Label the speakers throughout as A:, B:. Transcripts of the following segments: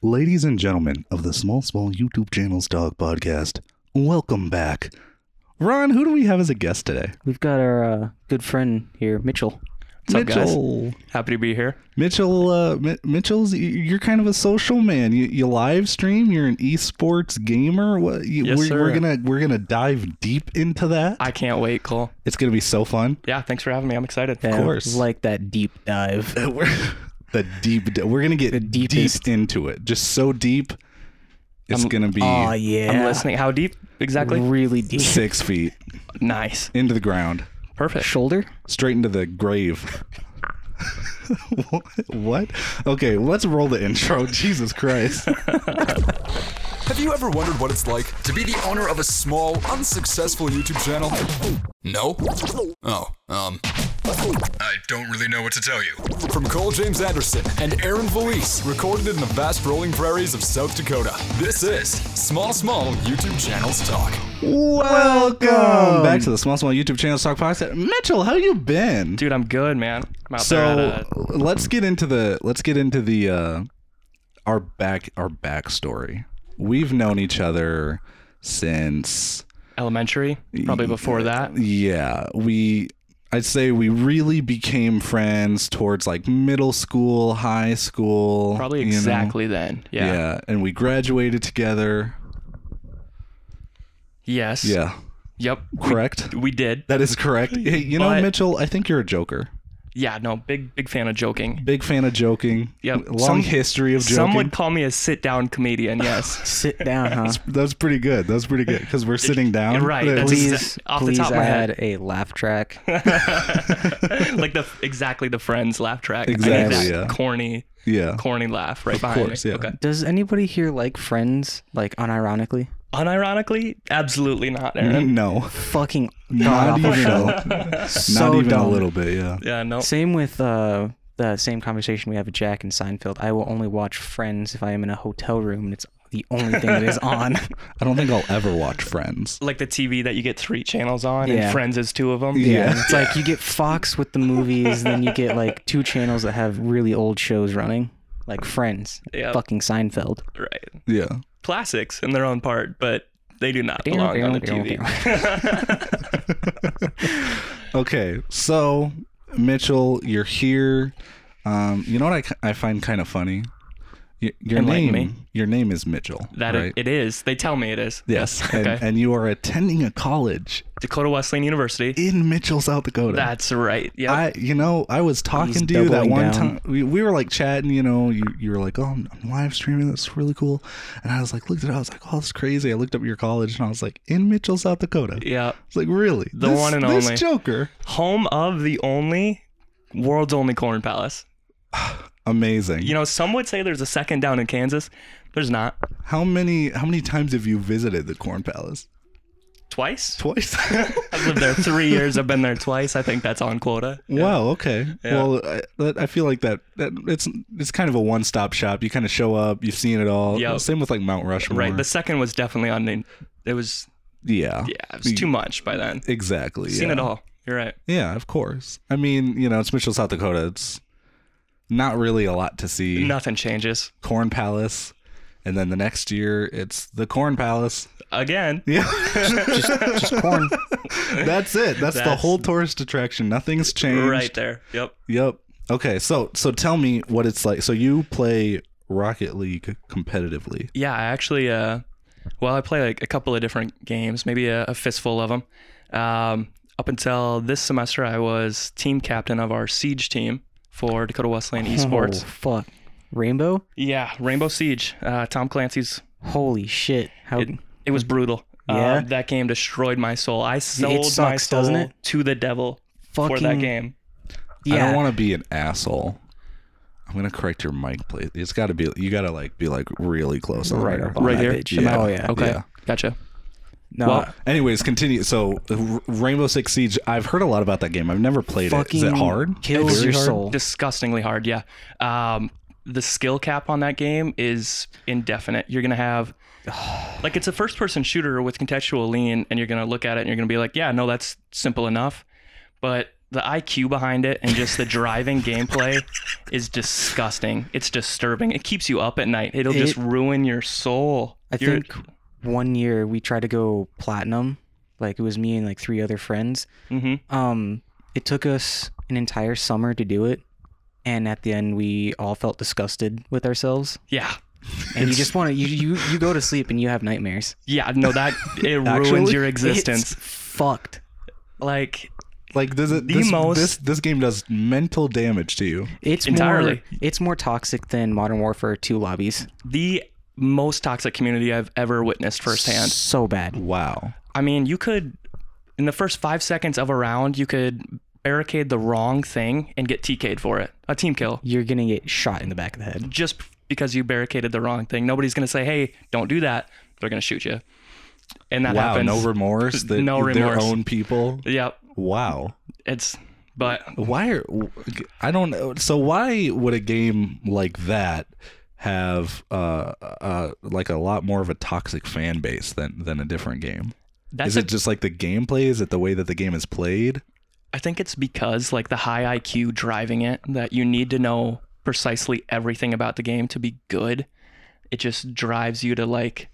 A: Ladies and gentlemen of the Small Small YouTube Channels Dog Podcast, welcome back. Ron, who do we have as a guest today?
B: We've got our uh, good friend here, Mitchell.
C: What's up, guys?
A: Mitchell.
C: Happy to be here.
A: Mitchell, uh, Mi- Mitchell's, y- you're kind of a social man. You, you live stream. You're an esports gamer. What, you,
C: Yes,
A: we're,
C: sir.
A: we're gonna we're gonna dive deep into that.
C: I can't wait, Cole.
A: it's gonna be so fun.
C: Yeah, thanks for having me. I'm excited.
B: Yeah,
A: course.
B: Like that deep dive.
A: We're the deep. di- We're gonna
B: The
A: get deep
B: deepest.
A: into it. Just so deep, it's
C: I'm-
A: gonna be
B: Oh yeah.
C: I'm listening. How deep exactly?
B: Really deep.
A: six feet
C: Nice.
A: into the ground,
C: Perfect.
B: Shoulder?
A: straight into the grave. what? Okay, let's roll the intro. Jesus Christ.
D: Have you ever wondered what it's like to be the owner of a small, unsuccessful YouTube channel? No? Oh, um. I don't really know what to tell you. From Cole James Anderson and Aaron Valise, recorded in the vast rolling prairies of South Dakota. This is Small Small YouTube Channels Talk.
A: Welcome back to the Small Small YouTube Channel Talk Podcast. Mitchell, how you been?
C: Dude, I'm good, man. I'm out there at uh,
A: so
C: a,
A: let's get into the let's get into the uh, our back our backstory. We've known each other since
C: elementary, probably before that.
A: yeah we I'd say we really became friends towards like middle school, high school,
C: Probably
A: you know?
C: exactly then. Yeah.
A: Yeah. and we graduated together.
C: Yes.
A: Yeah,
C: Yep.
A: correct.
C: We did.
A: that is correct. Hey, you know,
C: But-
A: Mitchell, I think you're a joker.
C: Yeah, no, big big fan of joking.
A: Big fan of joking.
C: Yep.
A: Long
C: Some-
A: history of joking.
C: Some would call me a sit down comedian, yes.
B: Sit down, huh?
A: That's pretty good. That's pretty good because we're sitting down.
C: Right, that's
A: Please.
C: exa-
B: Please,
C: off the
B: please
C: top of my
B: add
C: head.
B: a laugh track.
C: like the exactly the friends laugh track. I need
A: Exactly,
C: that
A: yeah.
C: corny
A: yeah.
C: corny laugh right behind
A: course,
C: me.
A: yeah.
C: Okay.
B: Does anybody here like Friends, like unironically?
C: Unironically, absolutely not, Aaron.
A: Uh, No,
B: Fucking
A: not
B: god awful
A: even,
B: show.
A: a,
B: So
A: not even a
B: dumb.
A: little bit. Yeah.
C: Yeah, no.
B: Same with uh, the same conversation we have with Jack and Seinfeld. I will only watch Friends if I am in a hotel room and it's the only thing that is on.
A: I don't think I'll ever watch Friends.
C: like the TV that you get three channels on,
B: Yeah.
C: and Friends is two of them.
A: Yeah.
B: It's like you get Fox with the movies, then you get like two channels that have really old shows running, like Friends,
C: Yep.
B: fucking Seinfeld.
C: right.
A: Yeah.
C: Classics in their own part, but they do not belong on the TV.
A: Okay. So, Mitchell, you're here. Um, you know what I, ki- I find kind of funny? Y- Your
C: Enlighten
A: name,
C: me.
A: your name is Mitchell.
C: That it-
A: right?
C: it is. They tell me it is.
A: yes. And,
C: okay.
A: and you are attending a college
C: Dakota Wesleyan University.
A: in Mitchell, South Dakota.
C: That's right. Yep.
A: I, you know, I was talking
B: He's
A: to you that
B: doubling
A: one
B: down.
A: time. We, we were like chatting, you know, you, you were like, oh, I'm, I'm live streaming. That's really cool. And I was like, looked at it. I was like, oh, it's crazy. I looked up your college and I was like, in Mitchell, South Dakota.
C: yeah.
A: It's like, really?
C: The
A: This-
C: one and
A: this
C: only.
A: Joker.
C: Home of the only world's only corn palace.
A: Amazing.
C: You know, some would say there's a second down in Kansas. There's not.
A: how many how many times have you visited the Corn Palace?
C: Twice?
A: Twice.
C: I've lived there three years. I've been there twice. I think that's on quota.
A: Wow. Okay.
C: Yeah.
A: Well, I, that, I feel like that, that it's it's kind of a one stop shop. You kind of show up. You've seen it all.
C: Yep.
A: Same with like Mount Rushmore.
C: Right. The second was definitely on. It was.
A: yeah.
C: Yeah. It was too much by then.
A: Exactly.
C: Seen
A: yeah.
C: it all. You're right.
A: Yeah, of course. I mean, you know, it's Mitchell, South Dakota. It's not really a lot to see.
C: Nothing changes.
A: Corn Palace. And then the next year, it's the Corn Palace.
C: Again.
A: Yeah,
B: Just porn.
A: that's it. That's, the
C: That's-
A: whole tourist attraction. Nothing's changed.
C: Right there. Yep.
A: Yep. Okay. So, so tell me what it's like. So you play Rocket League competitively.
C: Yeah, I actually, uh, well, I play like a couple of different games, maybe a, a fistful of them. Um, up until this semester, I was team captain of our siege team for Dakota Wesleyan
B: Oh,
C: Esports.
B: fuck. Rainbow?
C: Yeah, Rainbow Siege, uh, Tom Clancy's.
B: Holy shit. How
C: It, it was brutal.
B: Yeah?
C: Uh, that game destroyed my soul. I sold my
B: sucks,
C: soul
B: doesn't it?
C: to the devil
B: fucking
C: for that game.
A: I
B: Yeah.
A: don't want to be an asshole. I'm gonna correct your mic, please. It's got to be. You got to like be like really close. on
B: Right
A: there.
B: up on
C: Right
B: that
C: here?
B: bitch.
A: Yeah.
B: Oh yeah.
C: Okay,
A: Yeah.
C: gotcha.
B: No.
C: Well,
A: Anyways, continue. So, R- Rainbow Six Siege. I've heard a lot about that game. I've never played it.
B: fucking
A: Is it hard?
B: Kills
A: Very
B: your
A: hard?
B: soul.
C: disgustingly hard. Yeah. Um, the skill cap on that game is indefinite. You're gonna have like it's a first person shooter with contextual lean, and you're gonna look at it and you're gonna be like, yeah, no, that's simple enough. But the IQ behind it and just the driving gameplay is disgusting. It's disturbing. It keeps you up at night. It'll just
B: It-
C: ruin your soul.
B: I
C: You're-
B: think one year we tried to go platinum. Like it was me and like three other friends.
A: Mm-hmm.
C: Mhm.
B: Um, it took us an entire summer to do it, and at the end we all felt disgusted with ourselves.
C: Yeah.
B: And you just want to you, you you go to sleep and you have nightmares.
C: Yeah, no, that it ruins
A: Actually,
C: your existence.
B: It's fucked.
C: Like
A: Like does it
C: The
A: this,
C: most-
A: this this game does mental damage to you.
B: It's
C: Entirely.
B: more it's more toxic than Modern Warfare 2 lobbies.
C: the most toxic community I've ever witnessed firsthand.
B: So bad.
A: Wow.
C: I mean, you could, in the first five seconds of a round, you could barricade the wrong thing and get TK'd for it. A team kill.
B: You're gonna get shot in the back of the head.
C: Just because you barricaded the wrong thing. Nobody's going to say, hey, don't do that. They're going to shoot you. And that
A: wow,
C: happens.
A: no remorse that
C: No
A: their
C: remorse.
A: own people.
C: Yep.
A: Wow.
C: It's, but
A: Why are I don't know. So why would a game like that have uh uh like a lot more of a toxic fan base than than a different game?
C: that's
A: is
C: a,
A: it just like the gameplay? Is it the way that the game is played?
C: I think it's because, like, the high IQ driving it, that you need to know precisely everything about the game to be good. It just drives you to, like,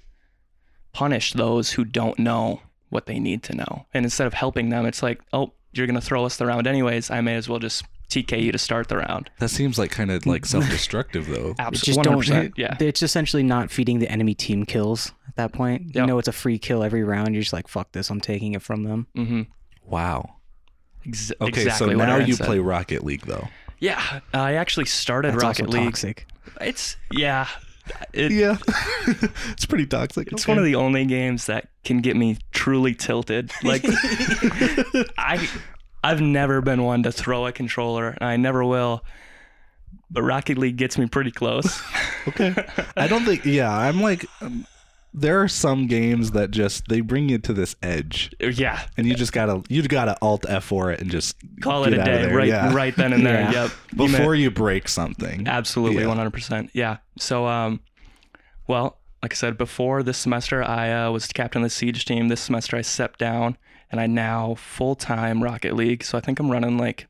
C: punish those who don't know what they need to know. And instead of helping them, it's like, oh, you're going to throw us the round anyways. I may as well just TK you to start the round.
A: That seems like kind of like self-destructive though.
B: It's
C: Absolutely.
B: just don't.
C: 100%. yeah.
B: It's essentially not feeding the enemy team kills at that point. You
C: Yep.
B: know, it's a free kill every round. You're just like, fuck this. I'm taking it from them.
C: Mm-hmm.
A: Wow.
C: Ex-
A: Okay,
C: exactly
A: so
C: what
A: now
C: Aaron
A: you
C: said.
A: play Rocket League though.
C: Yeah. I actually started
B: That's
C: Rocket
B: also
C: League.
B: toxic.
C: It's, yeah. It,
A: Yeah. it's pretty toxic.
C: It's one of the only games that can get me truly tilted. Like I I've never been one to throw a controller and I never will. But Rocket League gets me pretty close.
A: okay. I don't think yeah, I'm like um, there are some games that just they bring you to this edge
C: yeah.
A: and you just got to you got to alt F4 it and just
C: Call it
A: get
C: a
A: out of
C: day
A: there.
C: right
A: Yeah.
C: right then and there.
B: Yeah.
C: Yep. You meant-
A: before you break something.
C: Absolutely,
A: Yeah.
C: 100%. Yeah. So, um, well, like I said before, this semester I uh, was captain of the siege team. This semester I stepped down, and I now full time Rocket League. So I think I'm running like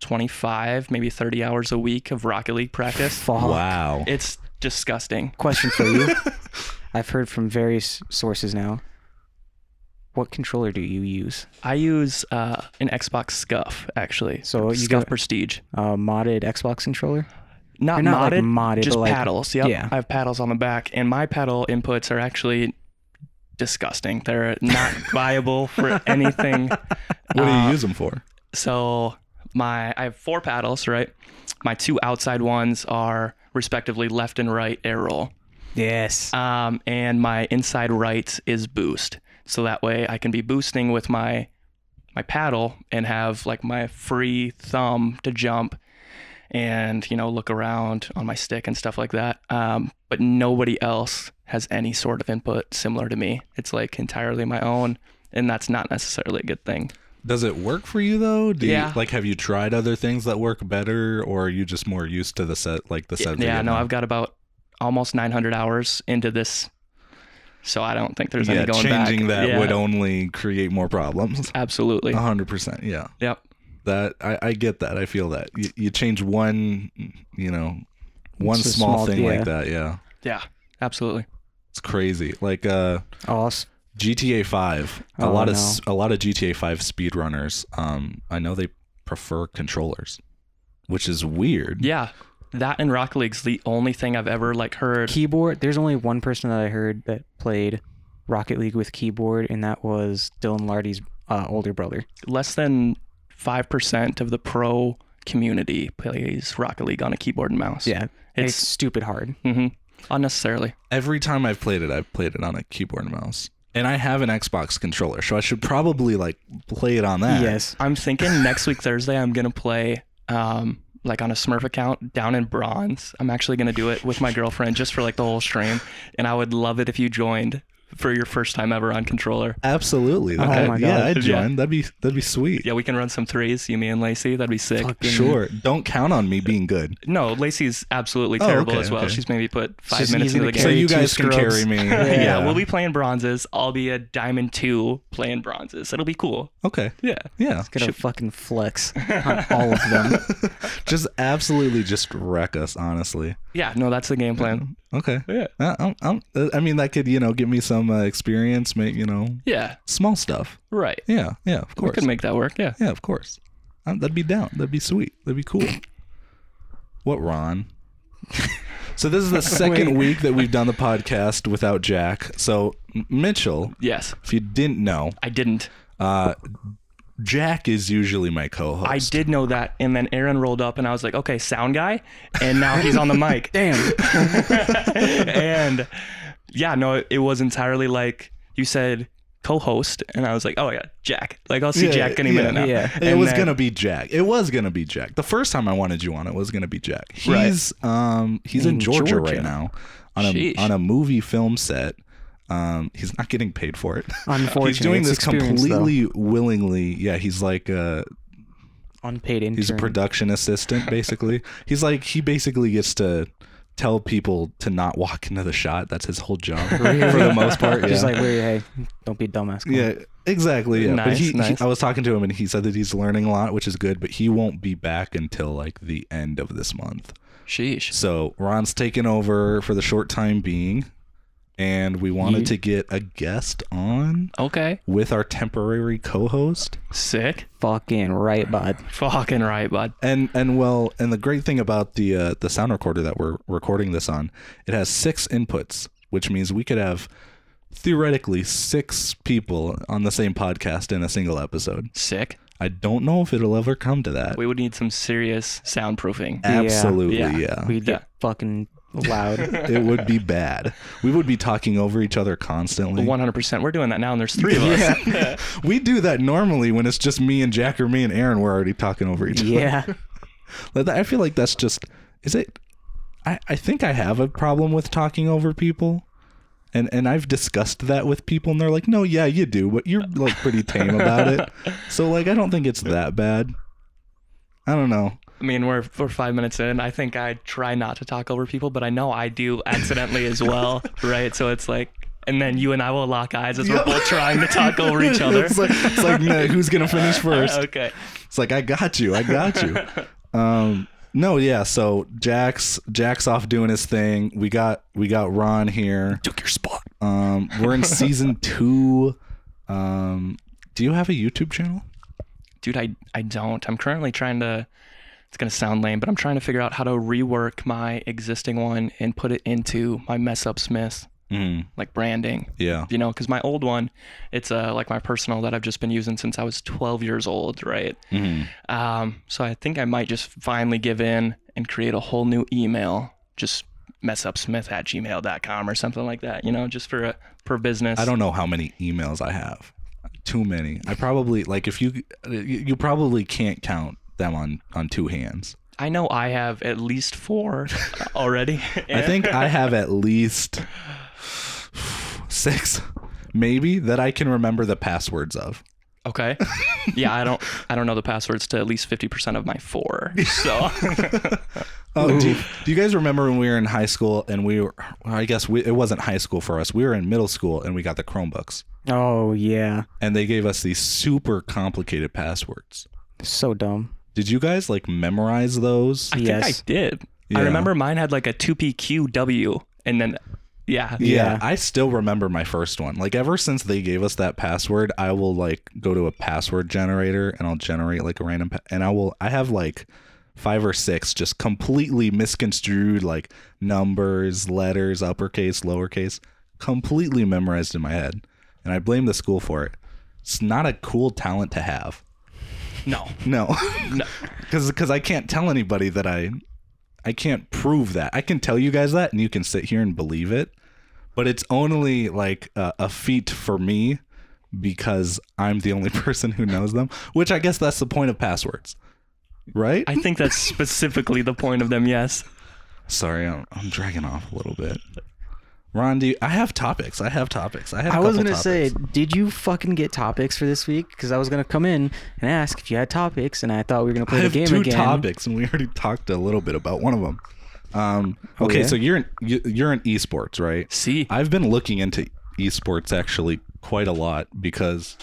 C: 25, maybe 30 hours a week of Rocket League practice.
B: Fuck.
A: Wow.
C: It's disgusting.
B: Question for you. I've heard from various sources now. What controller do you use?
C: I use uh, an Xbox Scuff actually.
B: So you
C: Scuff
B: got-
C: Prestige,
B: A Uh, modded Xbox controller?
C: not,
B: Or not, like,
C: modded,
B: modded,
C: just
B: but, like-
C: paddles. Yep.
B: yeah.
C: I have paddles on the back, and my paddle inputs are actually disgusting. They're not viable for anything.
A: what do
C: Uh,
A: you use them for?
C: So my I have four paddles, right? My two outside ones are respectively left and right air roll.
B: Yes.
C: Um, and my inside right is boost. So that way I can be boosting with my my paddle and have like my free thumb to jump and you know look around on my stick and stuff like that. Um, but nobody else has any sort of input similar to me. It's like entirely my own, and that's not necessarily a good thing.
A: Does it work for you though? Do
C: Yeah.
A: You, like, have you tried other things that work better, or are you just more used to the set, like the set?
C: yeah, no, I've got about almost 900 hours into this, so I don't think there's
A: yeah,
C: any going back.
A: changing that
C: Yeah,
A: would only Uh-huh. create more problems.
C: absolutely.
A: A hundred percent. Yeah,
C: Yep.
A: that I, I get that. I feel that you, you change one, you know, one
B: It's a
A: small,
B: small-
A: thing
B: yeah.
A: like that. Yeah,
C: Yeah. Absolutely.
A: it's crazy. Like uh,
B: Oh, s-
A: GTA Five. a
B: Oh,
A: lot of
B: no.
A: s- a lot of GTA Five speedrunners. Um, I know they prefer controllers, which is weird.
C: Yeah. That and Rock League's the only thing I've ever like heard.
B: keyboard. There's only one person that I heard that played Rocket League with keyboard, and that was Dylan Lardy's uh, older brother.
C: Less than five percent of the pro community plays Rocket League on a keyboard and mouse.
B: Yeah. It's,
C: It's-
B: stupid hard.
C: hmm Unnecessarily.
A: every time I've played it, I've played it on a keyboard and mouse. And I have an Xbox controller, so I should probably like play it on that.
B: Yes.
C: I'm thinking next week Thursday I'm gonna play um like on a Smurf account down in bronze. I'm actually gonna do it with my girlfriend just for like the whole stream. And I would love it if you joined. for your first time ever on controller.
A: Absolutely.
B: Oh
A: That-
B: my
A: Yeah,
B: God.
A: I'd
C: Yeah.
A: join. That'd be that'd be sweet.
C: Yeah, we can run some threes, you, me, and Lacey. That'd be sick.
B: Fucking-
A: Sure. Don't count on me being good.
C: No, Lacey's absolutely
A: Oh,
C: terrible
A: okay,
C: as well.
A: okay.
C: She's maybe put five
B: She's-
C: minutes
B: he's gonna
C: into the
A: so
C: game.
B: carry
A: you
B: two
A: guys can
B: scrubs.
A: carry me.
C: yeah. we'll be playing bronzes. I'll be a diamond two playing bronzes. It'll be cool.
A: okay.
C: Yeah.
A: Yeah.
B: It's gonna fucking flex on all of them.
A: Just absolutely just wreck us, honestly.
C: Yeah, no, that's the game plan.
A: Okay.
C: Yeah.
A: Uh, I'm, I'm, uh, I mean, that could, you know, give me some uh, experience, make, you know,
C: Yeah,
A: small stuff.
C: right.
A: Yeah. Yeah. Of
C: We
A: course.
C: could make that work. Yeah.
A: yeah. Of course. Um, that'd be down. That'd be sweet. That'd be cool. what, Ron? so this is the second week that we've done the podcast without Jack. So, M- Mitchell,
C: Yes.
A: if you didn't know,
C: I didn't.
A: uh, Jack is usually my co host.
C: I did know that. And then Aaron rolled up and I was like, okay, sound guy. And now he's on the mic.
B: Damn.
C: and yeah, no, it- it was entirely like you said co host. And I was like, oh, yeah, Jack. Like, I'll see
A: Yeah,
C: Jack any
A: yeah,
C: minute now.
B: yeah.
A: it
C: And
A: was
C: then-
A: gonna be Jack. It was gonna be Jack. The first time I wanted you on, it was gonna be Jack.
C: Right.
A: He's um he's in,
B: In
A: Georgia, right
B: Georgia.
A: now on a
C: Sheesh.
A: on a movie film set. Um, he's not getting paid for it.
B: Unfortunately,
A: he's doing
B: it's
A: this
B: experience, though.
A: completely willingly. Yeah, he's like uh
B: Unpaid intern.
A: he's a production assistant basically. he's like he basically gets to tell people to not walk into the shot. That's his whole job for the most part.
B: Just
A: yeah.
B: like, wait, hey, don't be a dumbass. come on.
A: Yeah, exactly. Yeah, but
C: Nice,
A: he, he-
C: nice.
A: I was talking to him, and he said that he's learning a lot, which is good. But he won't be back until like the end of this month.
C: Sheesh.
A: So Ron's taken over for the short time being, and we wanted to get a guest on
C: Okay.
A: with our temporary co-host.
C: Sick.
B: Fucking right, bud.
C: Fucking right, bud.
A: And and well, and the great thing about the uh, the sound recorder that we're recording this on, it has six inputs, which means we could have theoretically six people on the same podcast in a single episode.
C: Sick.
A: I don't know if it'll ever come to that.
C: We would need some serious soundproofing.
A: Absolutely,
C: Yeah.
A: yeah.
B: We'd get fucking loud.
A: it would be bad. We would be talking over each other constantly.
C: 100%. We're doing that now, and there's three of us.
A: We do that normally when it's just me and Jack or me and Aaron. We're already talking over each
B: yeah.
A: other. But I feel like that's just. Is it? I, I think I have a problem with talking over people. And, and I've discussed that with people, and they're like, "No, yeah, you do, but you're like pretty tame about it." So like, I don't think it's that bad. I don't know.
C: I mean, we're we're five minutes in. I think I try not to talk over people, but I know I do accidentally as well, right? So it's like, and then you and I will lock eyes as we're both trying to talk over each other.
A: it's like, it's like no, who's gonna finish first?
C: okay.
A: It's like I got you, I got you. um, no, yeah. So Jack's Jack's off doing his thing. We got we got Ron here.
D: Took your spot.
A: Um, we're in season two. Um, do you have a YouTube channel?
C: Dude, I, I don't. I'm currently trying to, it's going to sound lame, but I'm trying to figure out how to rework my existing one and put it into my mess up Smith,
A: Mm,
C: like branding.
A: yeah.
C: You know, because my old one, it's uh, like my personal that I've just been using since I was 12 years old, right?
A: Mhm.
C: Um, so I think I might just finally give in and create a whole new email. Just mess up smith at gmail.com or something like that, you know, just for a per business.
A: I don't know how many emails I have. Too many. I probably like if you you you probably can't count them on on two hands.
C: I know I have at least four already.
A: I think I have at least six, maybe that I can remember the passwords of.
C: Okay. Yeah, I don't I don't know the passwords to at least fifty percent of my four. So
A: Oh, do you, do you guys remember when we were in high school and we were? well, I guess we, it wasn't high school for us. We were in middle school and we got the Chromebooks,
B: Oh yeah.
A: and they gave us these super complicated passwords.
B: So dumb.
A: Did you guys like memorize those?
C: I think
B: yes.
C: I did.
A: Yeah.
C: I remember mine had like a two PQW and then yeah.
A: yeah.
B: yeah.
A: I still remember my first one. Like ever since they gave us that password, I will like go to a password generator and I'll generate like a random pa- and I will I have like five or six just completely misconstrued like numbers, letters, uppercase, lowercase, completely memorized in my head. And I blame the school for it. It's not a cool talent to have.
C: No.
A: No. Cuz cuz I can't tell anybody that I I can't prove that. I can tell you guys that and you can sit here and believe it, but it's only like a, a feat for me because I'm the only person who knows them, which I guess that's the point of passwords. Right?
C: I think that's specifically the point of them, yes.
A: Sorry, I'm, I'm dragging off a little bit. Ron, do you, I have topics. I have topics. I have.
B: I
A: I
B: was gonna say, did you fucking get topics for this week? Because I was gonna come in and ask if you had topics, and I thought we were gonna
A: I
B: play the
A: have
B: game
A: two
B: again.
A: topics, and we already talked a little bit about one of them. Um, okay,
B: Oh, yeah?
A: so you're in, you- you're in esports, right?
C: See,
A: I've been looking into esports actually quite a lot because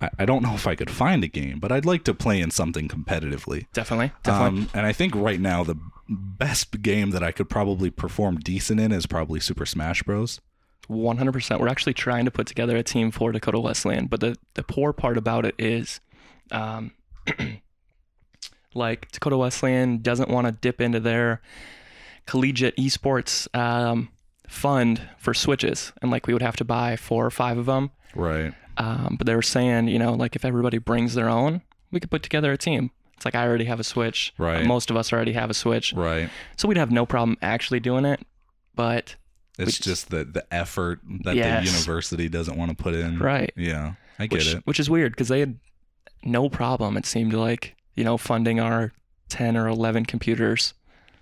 A: I, I don't know if I could find a game, but I'd like to play in something competitively.
C: definitely, definitely.
A: Um, and I think right now the best game that I could probably perform decent in is probably Super Smash Bros.
C: 100%. We're actually trying to put together a team for Dakota Wesleyan, but the, the poor part about it is, um, like, Dakota Wesleyan doesn't want to dip into their collegiate esports um, fund for Switches. And, like, we would have to buy four or five of them.
A: Right.
C: Um, but they were saying, you know, like, if everybody brings their own, we could put together a team. It's like, I already have a Switch.
A: Right.
C: Most of us already have a Switch.
A: Right.
C: So we'd have no problem actually doing it. But,
A: It's
C: Which-
A: just the the effort that
C: Yes.
A: the university doesn't want to put in.
C: right.
A: Yeah, I get
C: which,
A: it.
C: which is weird because they had no problem. It seemed like you know funding our ten or eleven computers,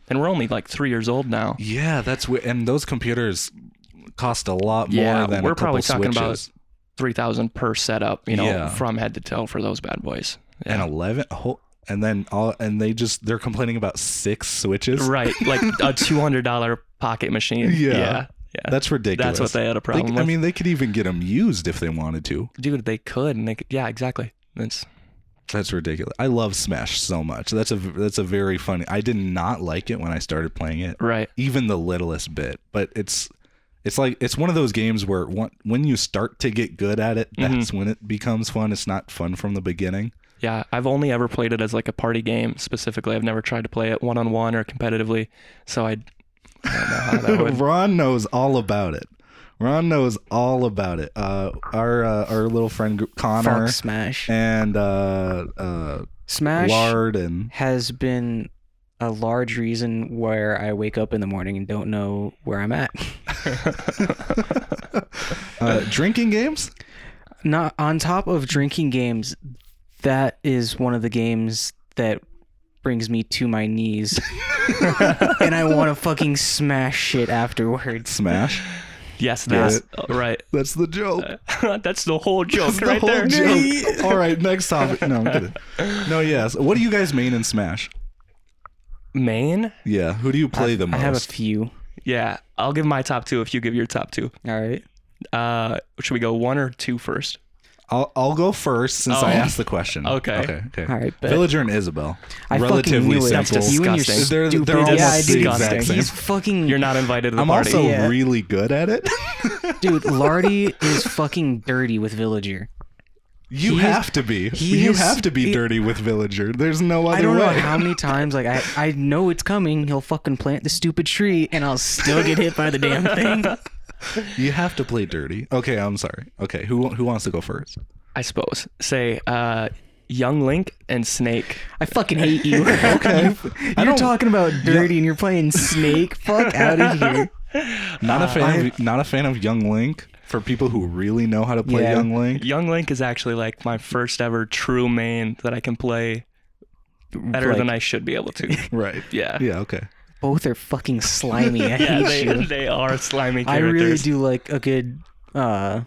C: and we're only like three years old now.
A: Yeah, that's weird. And those computers cost a lot more
C: Yeah,
A: than
C: we're
A: a couple
C: probably talking
A: switches.
C: about Three thousand per setup, you know,
A: Yeah.
C: from head to toe for those bad boys.
A: and
C: Yeah.
A: 11 whole, and then all and they just they're complaining about six switches
C: right, like a two hundred dollar pocket machine.
A: Yeah.
C: yeah, yeah.
A: that's ridiculous
C: That's what they had
A: They-
C: a problem with.
A: i mean they could even get them used if they wanted to
C: dude, they could, and they could, yeah, exactly. That's
A: that's ridiculous i love smash so much that's a that's a very funny i did not like it when i started playing it
C: right.
A: even the littlest bit but it's it's like it's one of those games where one, when you start to get good at it
C: Mhm.
A: that's when it becomes fun it's not fun from the beginning
C: Yeah, I've only ever played it as like a party game specifically. I've never tried to play it one on one or competitively, so I, I don't know how that would.
A: Ron knows all about it. Ron knows all about it. Uh, our uh, our little friend gr- Connor
B: Fuck Smash.
A: and uh, uh,
B: Smash
A: Lard and
B: has been a large reason where I wake up in the morning and don't know where I'm at.
A: uh, drinking games.
B: Not on top of drinking games, that is one of the games that brings me to my knees, and I want to fucking smash shit afterwards.
A: Smash.
C: Yes,
A: Get
C: that's
A: it?
C: oh, right.
A: That's the joke.
C: that's the whole joke
A: That's the
C: right
A: whole
C: there.
A: joke. All right, next topic. No, I'm kidding. No, yes. What do you guys main in Smash?
C: Main?
A: Yeah, who do you play the most?
B: I have a few.
C: Yeah, I'll give my top two if you give your top two.
B: All right.
C: Uh, should we go one or two first?
A: I'll I'll go first since I
C: Oh.
A: asked the question.
C: Okay.
A: Okay. Okay.
B: All right, bet.
A: Villager and Isabel.
B: I fucking
A: relatively
B: knew it.
A: simple.
C: That's
B: You and your
C: disgusting.
A: They're- they're
B: stupid
A: almost
B: yeah, I
C: the
B: did.
C: exact
A: same.
B: He's fucking.
C: You're not invited to the
A: I'm
C: party.
A: also
B: Yeah.
A: really good at it.
B: dude. Lardy is fucking dirty with villager.
A: You
B: He is-
A: have to be.
B: he
A: you
B: is-
A: have to be
B: he-
A: dirty with Villager. There's no other
B: I don't
A: way.
B: know how many times like I I know it's coming. He'll fucking plant the stupid tree, and I'll still get hit by the damn thing.
A: You have to play dirty. Okay, I'm sorry. Okay, who who wants to go first?
C: I suppose. Say, uh, Young Link and Snake.
B: I fucking hate you. okay.
A: I
B: You're
A: don't-
B: talking about dirty, and you're playing Snake. Fuck out of here.
A: Not
B: Uh,
A: a fan. of, not a fan of Young Link. For people who really know how to play
B: Yeah.
A: Young Link,
C: Young Link is actually like my first ever true main that I can play better
B: Like-
C: than I should be able to.
A: right?
C: Yeah.
A: Yeah. Okay.
B: Both are fucking slimy. I
C: Yeah,
B: hate
C: they,
B: you.
C: they are slimy
B: I really
C: characters.
B: do like a good uh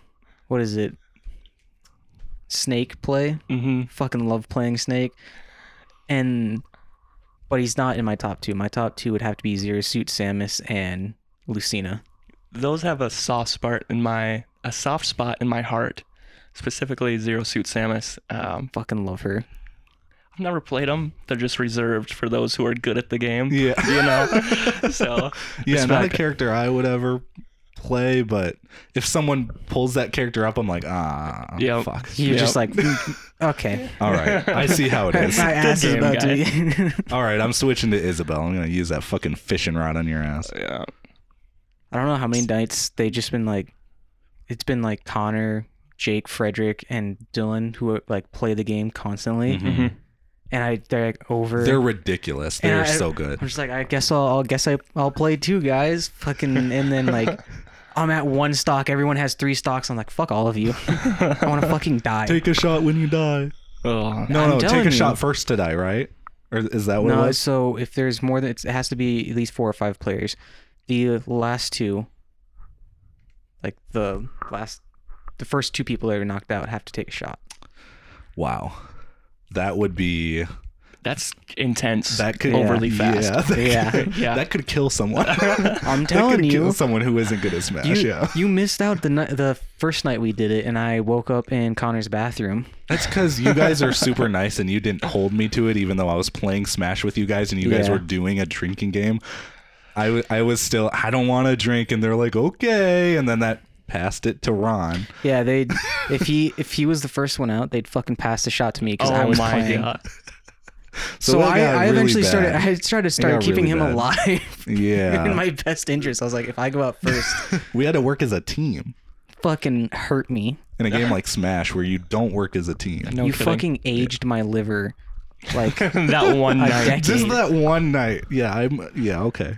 B: what is it? Snake play.
C: hmm
B: Fucking love playing Snake. And but he's not in my top 2. My top 2 would have to be Zero Suit Samus and Lucina.
C: those have a soft spot in my a soft spot in my heart specifically zero suit samus um,
B: Fucking love her.
C: i've never played them they're just reserved for those who are good at the game
A: Yeah.
C: you know so
A: Yeah. Not a
C: respect.
A: character I would ever play, but if someone pulls that character up, I'm like, ah,
C: Yeah.
A: fuck.
B: You're
C: Yeah.
B: just like mm, okay.
A: All right, I see how it
B: My
A: is.
B: ass is
C: game
B: about to be
A: All right, I'm switching to Isabel. I'm gonna use that fucking fishing rod on your ass.
C: yeah
B: I don't know how many nights they just been like, it's been like Connor, Jake, Frederick, and Dylan who like play the game constantly, and I Mm-hmm. they're like over.
A: They're ridiculous.
B: and
A: They're
B: I-
A: so good.
B: I'm just like, I guess I'll, I'll guess I, I'll play two guys, fucking, and then like. I'm at one stock. Everyone has three stocks. I'm like, fuck all of you. I want to fucking die.
A: Take a shot when you die.
C: oh,
A: No,
B: I'm
A: no, take
B: telling
A: a
B: you.
A: shot first to die, right? Or is that what it
B: no,
A: was?
B: so if there's more than it has to be at least four or five players. The last two Like the last, the first two people that are knocked out have to take a shot.
A: Wow. That would be
C: That's intense.
A: that could
C: overly
A: yeah,
C: fast.
A: that
B: Yeah.
A: could-
C: Yeah.
A: That could kill someone. that
B: I'm
A: could
B: telling
A: kill
B: you,
A: someone who isn't good at Smash.
B: you,
A: yeah.
B: you missed out the ni- the first night we did it, and I woke up in Connor's bathroom.
A: That's because you guys are super nice and you didn't hold me to it, even though I was playing Smash with you guys and you guys
B: Yeah.
A: were doing a drinking game. I, w- I was still, I don't want to drink. And they're like, okay. And then that passed it to Ron.
B: Yeah, they if he if he was the first one out, they'd fucking pass the shot to me because
C: Oh
B: I was
C: my
B: playing.
C: god.
A: So
B: So,
A: that got
B: I, I
A: really
B: eventually started.
A: bad.
B: I tried to start
A: got
B: keeping
A: really
B: him
A: bad. Uh.
B: alive
A: Yeah.
B: in my best interest. I was like, if I go out first,
A: we had to work as a team
B: fucking hurt me.
A: in a game like Smash where you don't work as a team.
C: No
B: you
C: kidding.
B: fucking aged my liver, like
C: that one
B: A
C: night.
B: decade.
A: Just that one night. Yeah. I'm, yeah. Okay.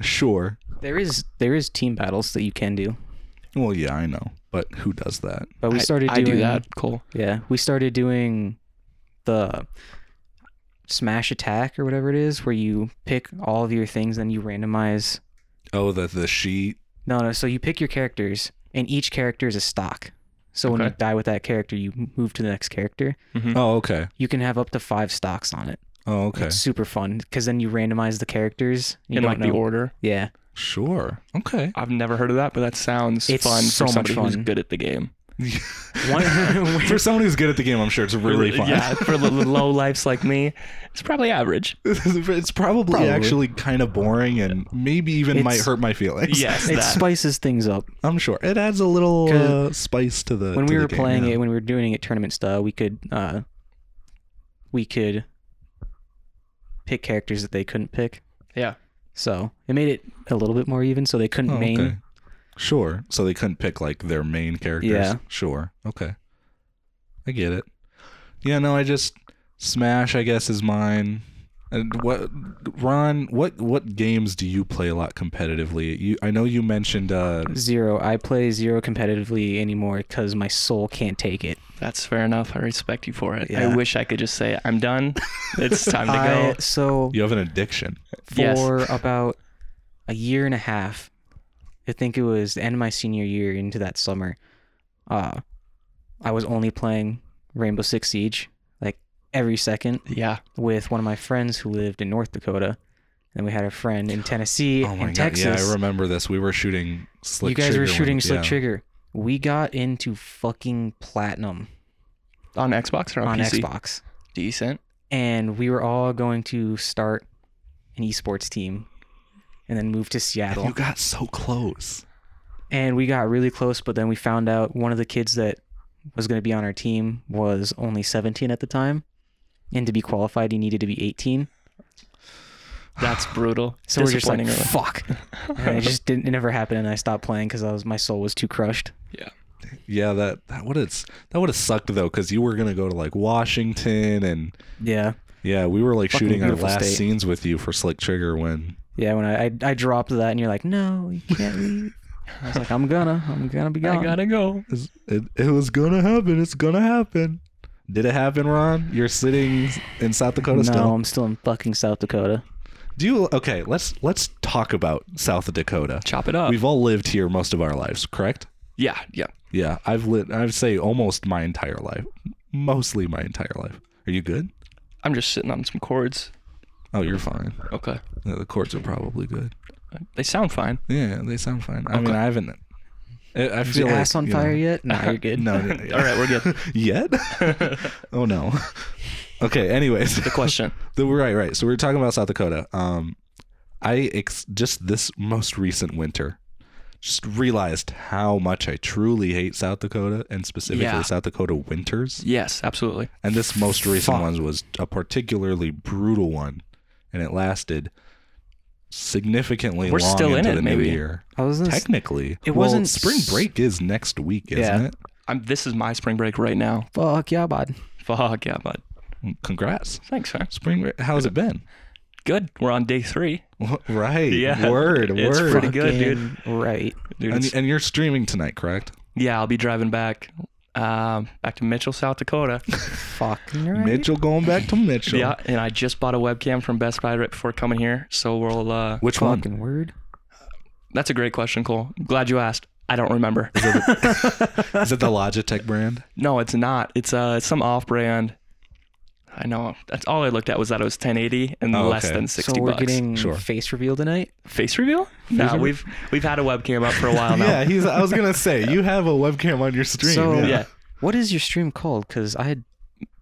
A: Sure.
B: There is there is team battles that you can do,
A: Well, yeah, I know. But who does that?
B: but we
C: I-
B: started
C: I,
B: doing
C: do that. Cool.
B: Yeah, we started doing the smash attack or whatever it is, where you pick all of your things and you randomize.
A: Oh, the, the sheet.
B: No, no. So you pick your characters, and each character is a stock. So when you
C: Okay.
B: die with that character, you move to the next character.
A: Oh, okay.
B: You can have up to five stocks on it.
A: Oh, okay.
B: It's super fun because then you randomize the characters. You
C: In
B: don't
C: like the
B: know-
C: order.
B: Yeah,
A: Sure. Okay.
C: I've never heard of that, but that sounds
B: It's
C: fun
B: so
C: for
B: much
C: somebody who's
B: fun.
C: good at the game.
B: one
A: For someone who's good at the game, I'm sure it's really fun.
C: Yeah, for the low lifes like me, it's probably average.
A: it's probably, actually kind of boring and maybe even might
B: It's-
A: hurt my feelings.
C: Yes,
B: it
C: that.
B: spices things up.
A: I'm sure it adds a little
B: 'Cause
A: uh, spice to the.
B: when
A: to
B: we
A: the
B: were
A: game,
B: playing
A: yeah.
B: it, when we were doing it tournament style, we could uh, we could pick characters that they couldn't pick.
C: Yeah.
B: So it made it a little bit more even. So they couldn't
A: Oh,
B: main.
A: okay. Sure. So they couldn't pick like their main characters.
B: Yeah.
A: Sure. Okay. I get it. Yeah. No, I just Smash. I guess is mine. And what, Ron? What what games do you play a lot competitively? You, I know you mentioned. Uh,
B: Zero. I play zero competitively anymore because my soul can't take it.
C: That's fair enough. I respect you for it.
A: Yeah.
C: I wish I could just say I'm done. It's time to go.
B: I, so
A: you have an addiction.
C: Yes.
B: for about a year and a half. I think it was the end of my senior year into that summer. Uh, I was only playing Rainbow Six Siege like every second
C: Yeah.
B: with one of my friends who lived in North Dakota, and we had a friend in Tennessee
A: Oh my
B: and
A: god!
B: Texas.
A: Yeah, I remember this. We were shooting slick.
B: you guys
A: trigger
B: were shooting
A: when-
B: Slick
A: yeah.
B: Trigger. We got into fucking platinum
C: On Xbox or on,
B: on
C: PC?
B: Xbox,
C: Decent.
B: and we were all going to start an esports team, and then move to Seattle.
A: You got so close.
B: and we got really close but then we found out one of the kids that was going to be on our team was only 17 at the time and to be qualified you needed to be 18
C: That's brutal.
B: so we're just like
C: Disappointing, really.
B: fuck and it just didn't it never happened and i stopped playing because i was my soul was too crushed
A: Yeah, that that would have that would have sucked though, because you were gonna go to like Washington and
B: yeah
A: yeah, we were like
B: Fucking
A: shooting our
B: beautiful
A: last
B: state.
A: scenes with you for Slick Trigger when
B: yeah when I, I i dropped that and you're like no you can't leave i was like i'm gonna i'm gonna be gone
C: I gotta go.
A: it, it was gonna happen. It's gonna happen. Did it happen, Ron? You're sitting in South Dakota
B: no
A: still.
B: i'm still in fucking south dakota
A: Do you okay? Let's let's talk about South Dakota.
C: Chop it up.
A: We've all lived here most of our lives, correct?
C: yeah, yeah.
A: Yeah, I've lived. I'd say almost my entire life, mostly my entire life. Are you good?
C: I'm just sitting on some cords.
A: Oh, you're fine.
C: Okay.
A: Yeah, the chords are probably good.
C: They sound fine.
A: Yeah, they sound fine. I mean, I haven't. I, I
B: is
A: feel
B: your
A: like,
B: ass on
A: you
B: fire
A: know-
B: yet no you're good
A: No, no, no,
C: All right, we're good.
A: yet. oh no. Okay. Anyways,
C: The question.
A: The- right, right. So we were talking about South Dakota. Um, I ex- just this most recent winter just realized how much I truly hate South Dakota and specifically
C: Yeah.
A: South Dakota winters.
C: Yes, absolutely.
A: And this most recent one was a particularly brutal one, and it lasted significantly
C: We're
A: long
C: still in
A: into
C: it,
A: the new
C: maybe.
A: year.
B: i was gonna s-
A: Technically,
B: It
A: Well,
B: wasn't
A: Spring
B: s-
A: break is next week, isn't
B: Yeah.
A: it?
C: I'm. This is my spring break right now.
B: fuck yeah bud
C: Fuck yeah, bud.
A: Congrats,
C: Thanks, man.
A: spring break. How's it been?
C: Good. We're on day three.
A: right.
C: Yeah.
A: Word.
C: It's
A: word.
C: pretty good, dude.
B: Fucking right
C: Dude,
A: And,
C: it's-
A: and you're streaming tonight, correct?
C: yeah, I'll be driving back, um, back to Mitchell, South Dakota.
B: fucking right
A: Mitchell going back to Mitchell.
C: Yeah, and I just bought a webcam from Best Buy right before coming here, so we'll. Uh,
A: Which one?
B: Fucking word.
C: that's a great question, Cole. Glad you asked. I don't remember.
A: Is it the Logitech brand?
C: No, it's not. It's uh, it's some off-brand. I know. That's all I looked at was that it was 1080 and
A: Oh,
C: less
A: okay.
C: than
B: So
C: 60
B: we're
C: bucks.
B: getting
A: Sure.
B: face reveal tonight.
C: Face reveal? No, we've we've had a webcam up for a while now.
A: Yeah, he's. I was gonna say you have a webcam on your stream.
B: So-
A: yeah.
C: Yeah.
B: What is your stream called? Because I had.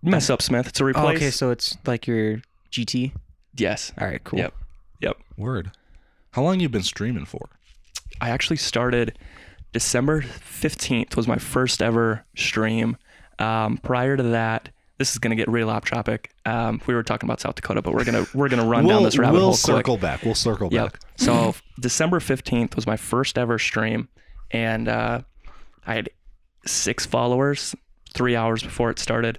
C: Mess up, Smith. It's a
B: Oh,
C: replace.
B: okay, so it's like your GT.
C: yes.
B: All right, cool.
C: Yep. Yep.
A: Word. How long you been streaming for?
C: I actually started December 15th was my first ever stream. Um, prior to that, this is going to get real off topic. Um, we were talking about South Dakota, but we're going to we're going to run down this rabbit
A: we'll
C: hole quick.
A: circle back. We'll circle
C: Yep.
A: back.
C: So December 15th was my first ever stream, and uh, I had six followers three hours before it started.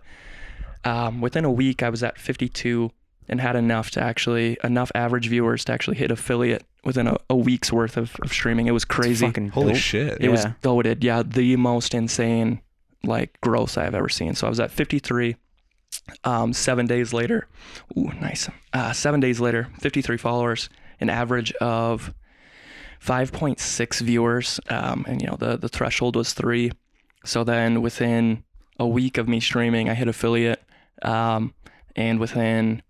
C: Um, within a week, I was at 52 and had enough to actually enough average viewers to actually hit affiliate within a, a week's worth of, of streaming. It was crazy.
B: Fucking
A: Holy
B: dope.
A: shit.
C: It was
B: Yeah.
C: goaded. Yeah, the most insane like growth I've ever seen. So I was at 53. Um, seven days later, ooh, nice. Uh, seven days later, 53 followers, an average of 5.6 viewers. Um, and you know the the threshold was three. So then within a week of me streaming, I hit affiliate. Um, and within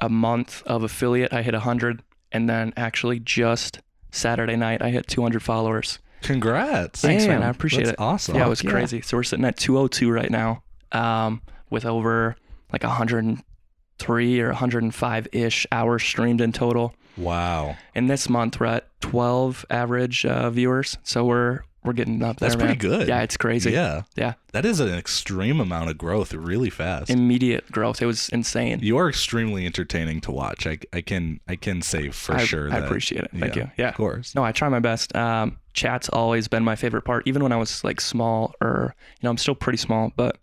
C: a month of affiliate, I hit 100. And then actually just Saturday night, I hit 200 followers.
A: Congrats.
C: Thanks,
B: Damn,
C: man. I appreciate
A: that's
C: it.
A: awesome.
C: Yeah, it was
B: Fuck yeah.
C: crazy. So we're sitting at 202 right now, um, with over like 103 or 105 ish hours streamed in total.
A: Wow.
C: And this month we're at 12 average uh, viewers. So we're we're getting up there.
A: That's pretty
C: man.
A: good.
C: Yeah, it's crazy.
A: Yeah.
C: Yeah.
A: That is an extreme amount of growth really fast.
C: Immediate growth. It was insane.
A: you are extremely entertaining to watch. I, I can I can say for
C: I,
A: sure
C: I
A: that
C: appreciate it. Thank
A: yeah,
C: you. Yeah.
A: Of course.
C: No, I try my best. Um, chat's always been my favorite part, even when I was like small, or you know, I'm still pretty small, but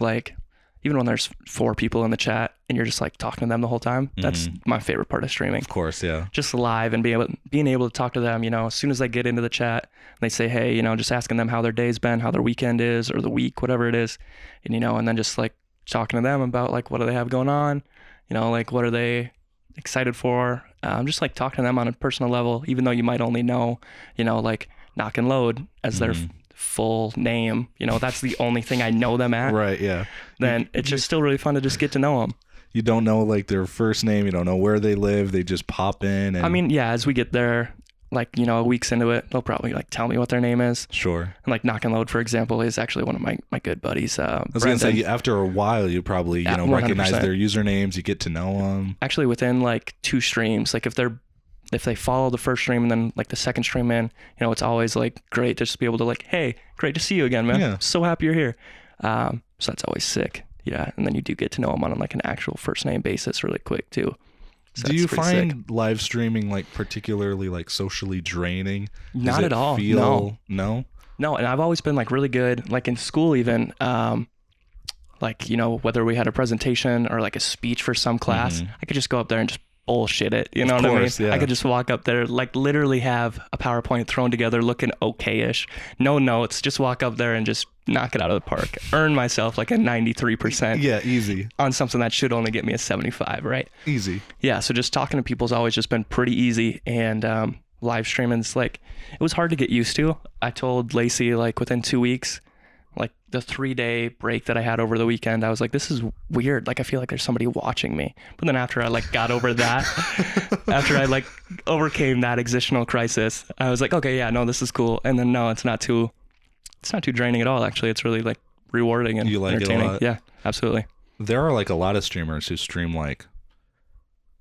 C: like even when there's four people in the chat and you're just like talking to them the whole time, that's
A: Mm-hmm.
C: my favorite part of streaming.
A: Of course, yeah.
C: Just live and being able being able to talk to them. You know, as soon as I get into the chat, and they say, hey, you know, just asking them how their day's been, how their weekend is, or the week, whatever it is, and you know, and then just like talking to them about like what do they have going on, you know, like what are they excited for. Um, just like talking to them on a personal level, even though you might only know, you know, like knock and load as their f- full name. You know, that's the only thing I know them at.
A: Right, yeah.
C: Then it's just still really fun to just get to know them.
A: You don't know like their first name, you don't know where they live, they just pop in and
C: I mean, yeah, as we get there, like you know, weeks into it, they'll probably like tell me what their name is.
A: sure.
C: And like knock and load, for example, is actually one of my my good buddies. Uh,
A: I was going to say
C: Brendan.
A: you- after a while you probably, you
C: Yeah,
A: know, recognize
C: 100%.
A: their usernames, you get to know them.
C: actually within like two streams like if they're if they follow the first stream and then like the second stream in you know it's always like great to just be able to like hey great to see you again man
A: Yeah.
C: so happy you're here um so that's always sick yeah and then you do get to know them on like an actual first name basis really quick too so
A: Do
C: that's
A: you
C: pretty
A: find
C: sick.
A: live streaming like particularly like socially draining? Does
C: Not
A: it
C: at all,
A: Feel,
C: no.
A: no.
C: No, and I've always been like really good, like in school even, um, like you know whether we had a presentation or like a speech for some class, I could just go up there and just bullshit it. You know what
A: Mm-hmm. course,
C: I mean?
A: yeah.
C: I could just walk up there, like literally have a PowerPoint thrown together, looking okay-ish, no notes, just walk up there and just knock it out of the park, earn myself like a ninety-three percent
A: Yeah, easy,
C: on something that should only get me a seventy-five, right?
A: easy.
C: yeah so just talking to people's always just been pretty easy and um, live streaming's like it was hard to get used to i told lacey like within two weeks like the three day break that i had over the weekend i was like this is weird like i feel like there's somebody watching me but then after i like got over that after i like overcame that existential crisis i was like okay yeah no this is cool and then no it's not too it's not too draining at all actually it's really like rewarding and
A: You like it a
C: entertaining
A: lot?
C: yeah absolutely
A: There are like a lot of streamers who stream like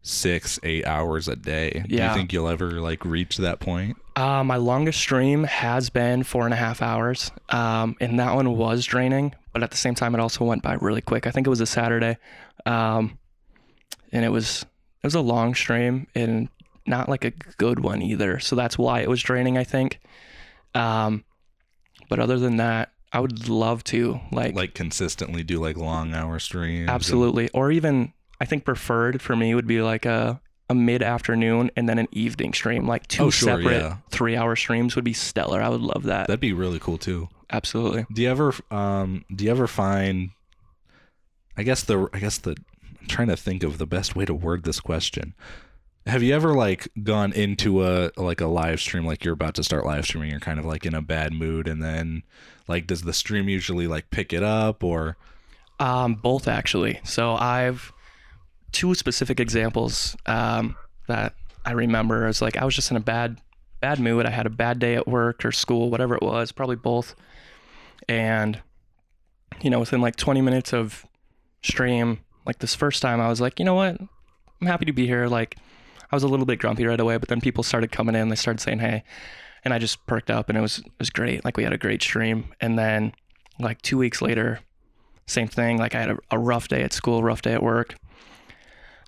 A: six, eight hours a day. Do you
C: Yeah.
A: think you'll ever like reach that point?
C: Uh, my longest stream has been four and a half hours, um, and that one was draining. But at the same time, it also went by really quick. I think it was a Saturday, um, and it was it was a long stream and not like a good one either. So that's why it was draining, I think. Um, but other than that, I would love to like,
A: Like consistently do like long hour streams. and-
C: absolutely, or even I think preferred for me would be like a a mid afternoon and then an evening stream, like two
A: Oh, sure,
C: separate
A: yeah.
C: three hour streams would be stellar. I would love that.
A: That'd be really cool too.
C: Absolutely.
A: Do you ever um do you ever find I guess the I guess the I'm trying to think of the best way to word this question. Have you ever like gone into a like a live stream like you're about to start live streaming you're kind of like in a bad mood and then like does the stream usually like pick it up or
C: Um, both actually. So I've two specific examples um, that I remember. It's like I was just in a bad, bad mood. I had a bad day at work or school, whatever it was, probably both. And you know, within like 20 minutes of stream, like this first time, I was like, you know what, I'm happy to be here. Like I was a little bit grumpy right away, but then people started coming in. They started saying, hey, and I just perked up, and it was it was great. Like we had a great stream, and then like two weeks later same thing. Like I had a, a rough day at school, rough day at work,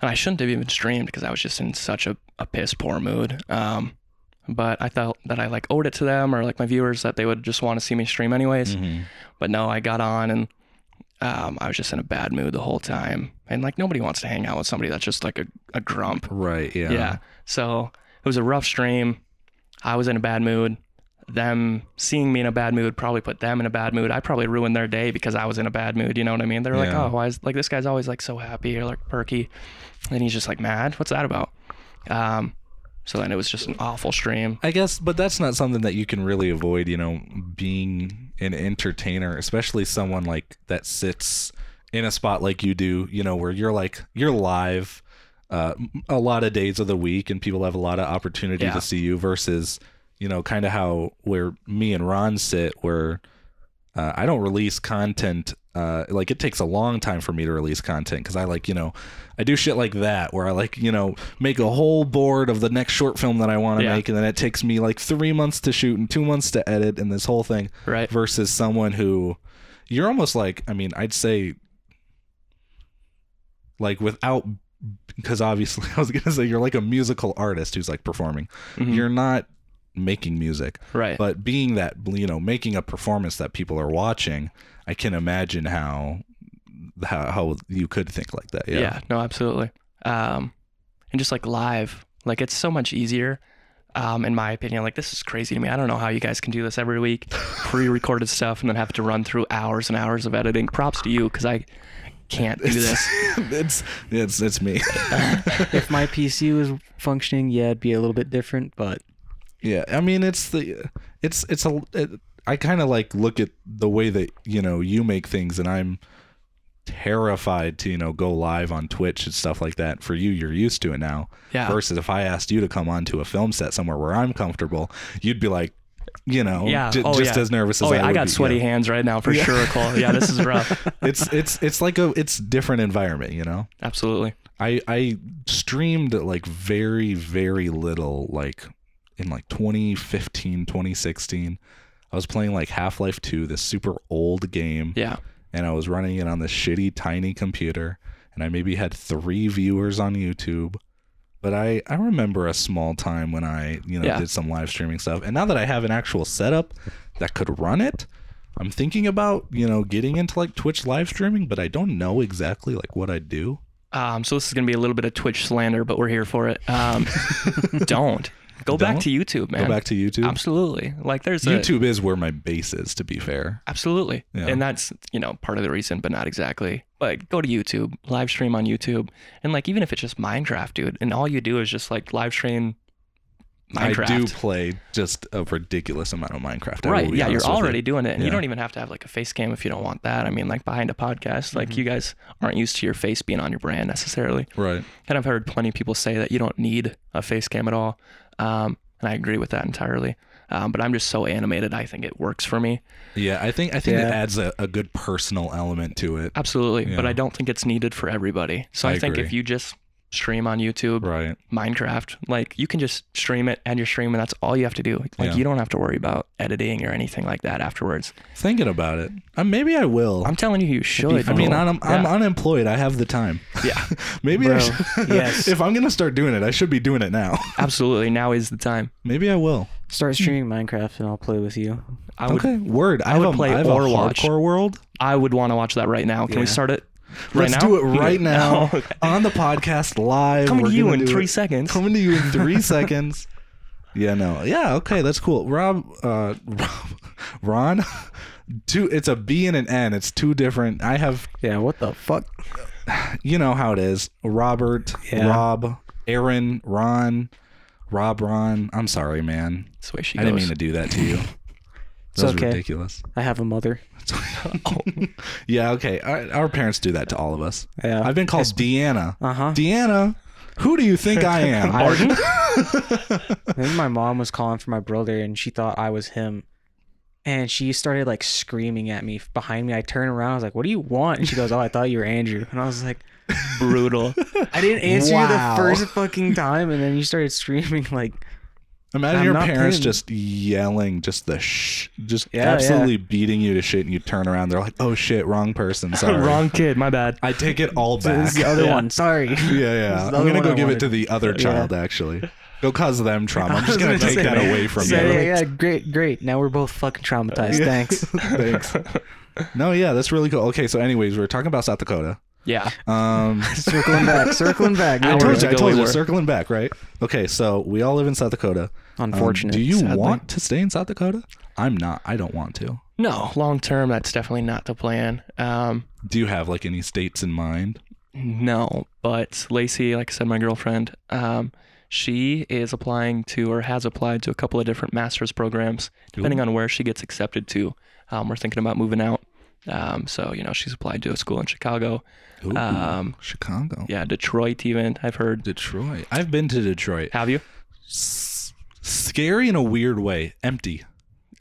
C: and I shouldn't have even streamed because I was just in such a, a piss poor mood. Um, but I felt that I like owed it to them or like my viewers that they would just want to see me stream anyways. But no, I got on and um, I was just in a bad mood the whole time. And like nobody wants to hang out with somebody that's just like a, a grump.
A: right yeah
C: Yeah. So it was a rough stream. I was in a bad mood. Them seeing me in a bad mood probably put them in a bad mood. I probably ruined their day because I was in a bad mood. You know what I mean? They're like,
A: Yeah.
C: oh, why is like this guy's always like so happy or like perky, and he's just like mad. What's that about? Um, so then it was just an awful stream.
A: I guess, but that's not something that you can really avoid, you know, being an entertainer, especially someone like that sits in a spot like you do, you know, where you're like, you're live uh, a lot of days of the week and people have a lot of opportunity
C: Yeah.
A: to see you versus, you know, kind of how where me and Ron sit, where uh, I don't release content. Uh, like it takes a long time for me to release content because I like you know I do shit like that where I like you know make a whole board of the next short film that I want to
C: Yeah.
A: make and then it takes me like three months to shoot and two months to edit and this whole thing
C: Right.
A: versus someone who you're almost like I mean I'd say like without because obviously I was gonna say you're like a musical artist who's like performing
C: Mm-hmm.
A: you're not making music
C: Right.
A: but being that you know making a performance that people are watching i can imagine how how, how you could think like that yeah,
C: yeah. no absolutely um and just like live like it's so much easier um in my opinion like this is crazy to me i don't know how you guys can do this every week pre-recorded stuff and then have to run through hours and hours of editing props to you because i can't do this
A: it's it's it's me
B: if my PC was functioning, yeah, it'd be a little bit different, but
A: yeah i mean it's the it's it's a it, i kind of like look at the way that you know you make things and i'm terrified to you know go live on twitch and stuff like that for you you're used to it now
C: Yeah.
A: versus if i asked you to come onto a film set somewhere where i'm comfortable you'd be like you know
C: yeah
A: j-
C: oh,
A: just
C: yeah.
A: as nervous as
C: oh, yeah.
A: I,
C: I,
A: would
C: got
A: be,
C: sweaty
A: yeah.
C: hands right now for sure Cole. yeah this is rough
A: it's it's it's like a it's different environment you know
C: absolutely
A: i i streamed like very very little like in like 2015 2016 i was playing like half-life 2 this super old game
C: yeah
A: and i was running it on this shitty tiny computer and i maybe had three viewers on youtube but i i remember a small time when i you know
C: Yeah.
A: did some live streaming stuff and now that i have an actual setup that could run it i'm thinking about you know getting into like twitch live streaming but i don't know exactly like what i do
C: Um, so this is gonna be a little bit of Twitch slander, but we're here for it. Um, don't go back
A: Don't?
C: to YouTube, man.
A: go back to youtube
C: Absolutely. Like there's a,
A: YouTube is where my base is, to be fair.
C: Absolutely.
A: Yeah.
C: And that's, you know, part of the reason, but not exactly. But go to YouTube, live stream on YouTube. And like, even if it's just Minecraft, dude, and all you do is just like live stream Minecraft.
A: I do play just a ridiculous amount of Minecraft. I will
C: Right.
A: be
C: Yeah. You're
A: honest with you.
C: already doing it. And
A: Yeah.
C: you don't even have to have like a face cam if you don't want that. I mean, like behind a podcast, like
A: Mm-hmm.
C: you guys aren't used to your face being on your brand necessarily.
A: right.
C: And I've heard plenty of people say that you don't need a face cam at all. Um, and I agree with that entirely. Um, but I'm just so animated. I think it works for me.
A: Yeah, I think I think it
B: Yeah.
A: adds a, a good personal element to
C: Oh.
A: it.
C: Absolutely, but
A: Yeah.
C: I don't think it's needed for everybody. So I,
A: I
C: think
A: agree.
C: if you just stream on YouTube
A: Right.
C: Minecraft, like you can just stream it and you're streaming. That's all you have to do. Like
A: Yeah.
C: you don't have to worry about editing or anything like that afterwards.
A: Thinking about it, uh, maybe I will.
C: I'm telling you, you should.
A: I mean,
C: Joel.
A: I'm, I'm
C: Yeah.
A: unemployed. I have the time.
C: Yeah.
A: maybe I
B: bro,
A: should,
B: yes.
A: if I'm gonna start doing it, I should be doing it now.
C: absolutely. Now is the time.
A: maybe I will.
B: Start streaming Minecraft and I'll play with you.
C: I would.
A: okay. Word. I,
C: would
A: have a,
C: play
A: I have a
C: or watch.
A: hardcore world.
C: I would want to watch that right now. Can we
B: Yeah.
C: start it? Right
A: Let's
C: now?
A: do it right
C: No.
A: now
C: Okay.
A: on the podcast live.
C: Coming
A: We're
C: to you
A: gonna
C: in
A: do
C: three
A: it.
C: seconds.
A: coming to you in three seconds. Yeah, no, yeah, okay, that's cool. Rob, uh, Ron, two. It's a B and an N. It's two different. I have,
B: Yeah, what the fuck?
A: you know how it is. Robert,
B: Yeah.
A: Rob, Aaron, Ron, Rob, Ron. I'm sorry, man.
C: That's the way she
A: I didn't
C: goes.
A: mean to do that to you. That
B: It's
A: was
B: okay.
A: ridiculous.
B: I have a mother.
A: Yeah, okay. Our, our parents do that to all of us.
B: Yeah.
A: I've been called Deanna.
B: Uh-huh.
A: Deanna, who do you think I am?
B: I think my mom was calling for my brother and she thought I was him. And she started like screaming at me behind me. I turned around. I was like, What do you want? And she goes, Oh, I thought you were Andrew. And I was like,
C: brutal.
B: I didn't answer
A: Wow.
B: you the first fucking time. And then you started screaming, like,
A: Imagine
B: I'm
A: your
B: not
A: parents
B: him.
A: just yelling, just the sh, just
B: Yeah,
A: absolutely beating you to shit, and you turn around. They're like, "Oh shit, wrong person. Sorry,
C: Wrong kid. My bad.
A: I take it all back.
B: This is the other
C: Yeah.
B: one. Sorry.
A: yeah, yeah.
B: the
A: I'm
B: other
A: gonna
B: one
A: go
B: I
A: give it
B: wanted.
A: to the other child actually. Go cause them trauma. I'm just gonna
B: was gonna
A: take
B: say,
A: that away from
B: So, yeah,
A: you.
B: yeah, great, great. Now we're both fucking traumatized. Thanks.
A: Thanks. No, yeah, that's really cool. Okay, so anyways, we were talking about South Dakota.
C: Yeah.
A: Um,
B: circling back, circling back.
C: I
A: I
B: Don't
A: told
B: worry.
A: you, I
C: ago
A: told
C: we
A: you,
C: were.
A: circling back, right? Okay, so we all live in South Dakota. Um,
B: Unfortunate,
A: do you
C: sadly.
A: want to stay in South Dakota? I'm not. I don't want to.
C: No, long term, that's definitely not the plan. Um,
A: Do you have like any states in mind?
C: no, but Lacey, like I said, my girlfriend, um, she is applying to or has applied to a couple of different master's programs, depending on where she gets accepted to. Um, we're thinking about moving out. Um, so, you know, she's applied to a school in Chicago.
A: Ooh,
C: Um,
A: Chicago.
C: Yeah, Detroit, even, I've heard.
A: Detroit. I've been to Detroit.
C: Have you?
A: S- scary in a weird way. Empty.